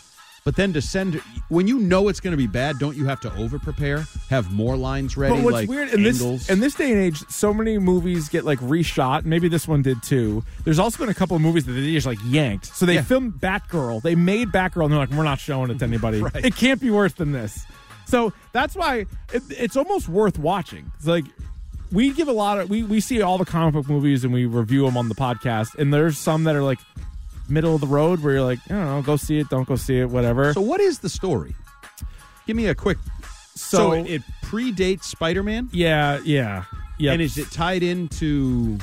[SPEAKER 3] But then to send when you know it's going to be bad, don't you have to over prepare? Have more lines ready.
[SPEAKER 2] But what's
[SPEAKER 3] like
[SPEAKER 2] weird in
[SPEAKER 3] angles?
[SPEAKER 2] this in this day and age, so many movies get like reshot. Maybe this one did too. There's also been a couple of movies that they just like yanked. So they filmed Batgirl. They made Batgirl, and they're like, we're not showing it to anybody.
[SPEAKER 3] [laughs] Right.
[SPEAKER 2] It can't be worse than this. So that's why it, it's almost worth watching. It's like we give a lot of we we see all the comic book movies and we review them on the podcast. And there's some that are like middle of the road where you're like, I don't know, go see it, don't go see it, whatever.
[SPEAKER 3] So what is the story? Give me a quick. So,
[SPEAKER 2] So-
[SPEAKER 3] it, it predates Spider Man.
[SPEAKER 2] Yeah, yeah, yeah.
[SPEAKER 3] And is it tied into?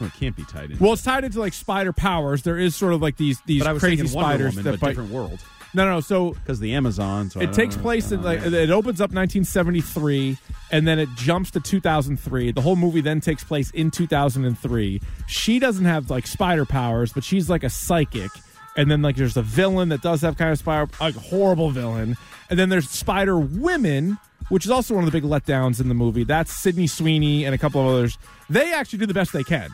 [SPEAKER 3] Well, it can't be tied in.
[SPEAKER 2] Well, it's tied into like spider powers. There is sort of like these these
[SPEAKER 3] but I was
[SPEAKER 2] crazy
[SPEAKER 3] thinking Wonder
[SPEAKER 2] spiders
[SPEAKER 3] Woman,
[SPEAKER 2] that
[SPEAKER 3] but
[SPEAKER 2] fight.
[SPEAKER 3] different world.
[SPEAKER 2] No, no. So
[SPEAKER 3] because the Amazon. So I
[SPEAKER 2] it
[SPEAKER 3] don't
[SPEAKER 2] takes
[SPEAKER 3] know.
[SPEAKER 2] place in like it opens up 1973, and then it jumps to 2003. The whole movie then takes place in 2003. She doesn't have like spider powers, but she's like a psychic. And then like there's a villain that does have kind of spider, like horrible villain. And then there's spider women. Which is also one of the big letdowns in the movie. That's Sydney Sweeney and a couple of others. They actually do the best they can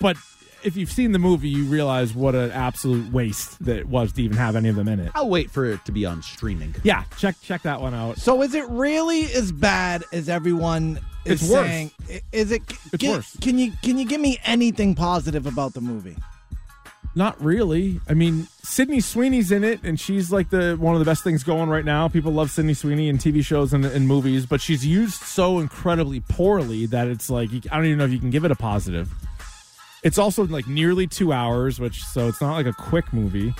[SPEAKER 2] but if you've seen the movie, you realize what an absolute waste that it was to even have any of them in it.
[SPEAKER 3] I'll wait for it to be on streaming.
[SPEAKER 2] Yeah, check check that one out.
[SPEAKER 4] So is it really as bad as everyone is
[SPEAKER 2] It's worse.
[SPEAKER 4] saying? I- Is it?
[SPEAKER 2] It's
[SPEAKER 4] can,
[SPEAKER 2] worse.
[SPEAKER 4] Can you can you give me anything positive about the movie?
[SPEAKER 2] Not really. I mean, Sydney Sweeney's in it, and she's like the one of the best things going right now. People love Sydney Sweeney in TV shows and, and movies, but she's used so incredibly poorly that it's like you, I don't even know if you can give it a positive. It's also like nearly two hours, which so it's not like a quick movie.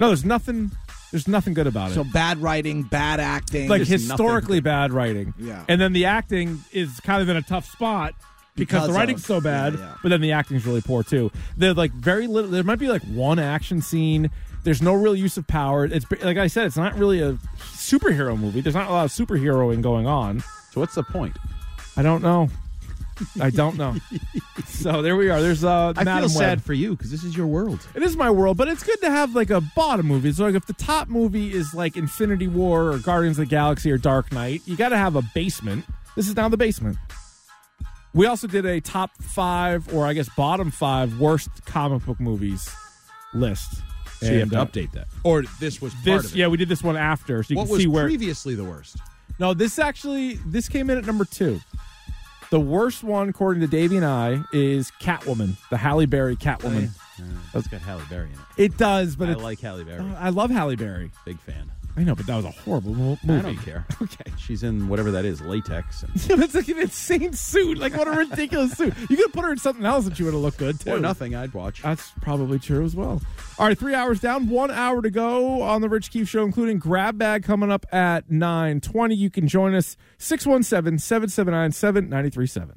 [SPEAKER 2] No, there's nothing. There's nothing good about it.
[SPEAKER 4] So bad writing, bad acting,
[SPEAKER 2] like historically bad writing.
[SPEAKER 4] Yeah.
[SPEAKER 2] And then the acting is kind of in a tough spot because,
[SPEAKER 4] Because
[SPEAKER 2] the writing's
[SPEAKER 4] of-
[SPEAKER 2] so bad,
[SPEAKER 4] yeah, yeah.
[SPEAKER 2] but then the acting's really poor too. They're like very little there might be like one action scene. There's no real use of power. It's like I said, it's not really a superhero movie. There's not a lot of superheroing going on.
[SPEAKER 3] So what's the point?
[SPEAKER 2] I don't know. I don't know. so there we are. There's uh
[SPEAKER 3] I
[SPEAKER 2] Madam
[SPEAKER 3] feel sad
[SPEAKER 2] Web.
[SPEAKER 3] for you because this is your world.
[SPEAKER 2] It is my world, but it's good to have like a bottom movie. So like if the top movie is like Infinity War or Guardians of the Galaxy or Dark Knight, you got to have a basement. This is now the basement. We also did a top five or I guess bottom five worst comic book movies list.
[SPEAKER 3] So you
[SPEAKER 2] And,
[SPEAKER 3] have to
[SPEAKER 2] uh,
[SPEAKER 3] update that, or this was part
[SPEAKER 2] This
[SPEAKER 3] of it.
[SPEAKER 2] yeah, we did this one after, so you
[SPEAKER 3] what
[SPEAKER 2] can
[SPEAKER 3] was
[SPEAKER 2] see where.
[SPEAKER 3] previously the worst?
[SPEAKER 2] no, this actually this came in at number two. The worst one, according to Davey and I, is Catwoman, the Halle Berry Catwoman.
[SPEAKER 3] That's Uh, got Halle Berry in it.
[SPEAKER 2] It does, but
[SPEAKER 3] Oh, I
[SPEAKER 2] it's,
[SPEAKER 3] like Halle Berry.
[SPEAKER 2] Oh, I love Halle Berry.
[SPEAKER 3] Big fan.
[SPEAKER 2] I know, but that was a horrible mo- movie.
[SPEAKER 3] I don't care. [laughs] Okay, she's in whatever that is, latex. And,
[SPEAKER 2] [laughs] it's like an insane suit. Like what a ridiculous suit. You could put her in something else that she would have looked good too.
[SPEAKER 3] or nothing, I'd watch.
[SPEAKER 2] That's probably true as well. All right, three hours down, one hour to go on the Rich Keefe Show, including Grab Bag coming up at 9.20. You can join us 617-779-7937.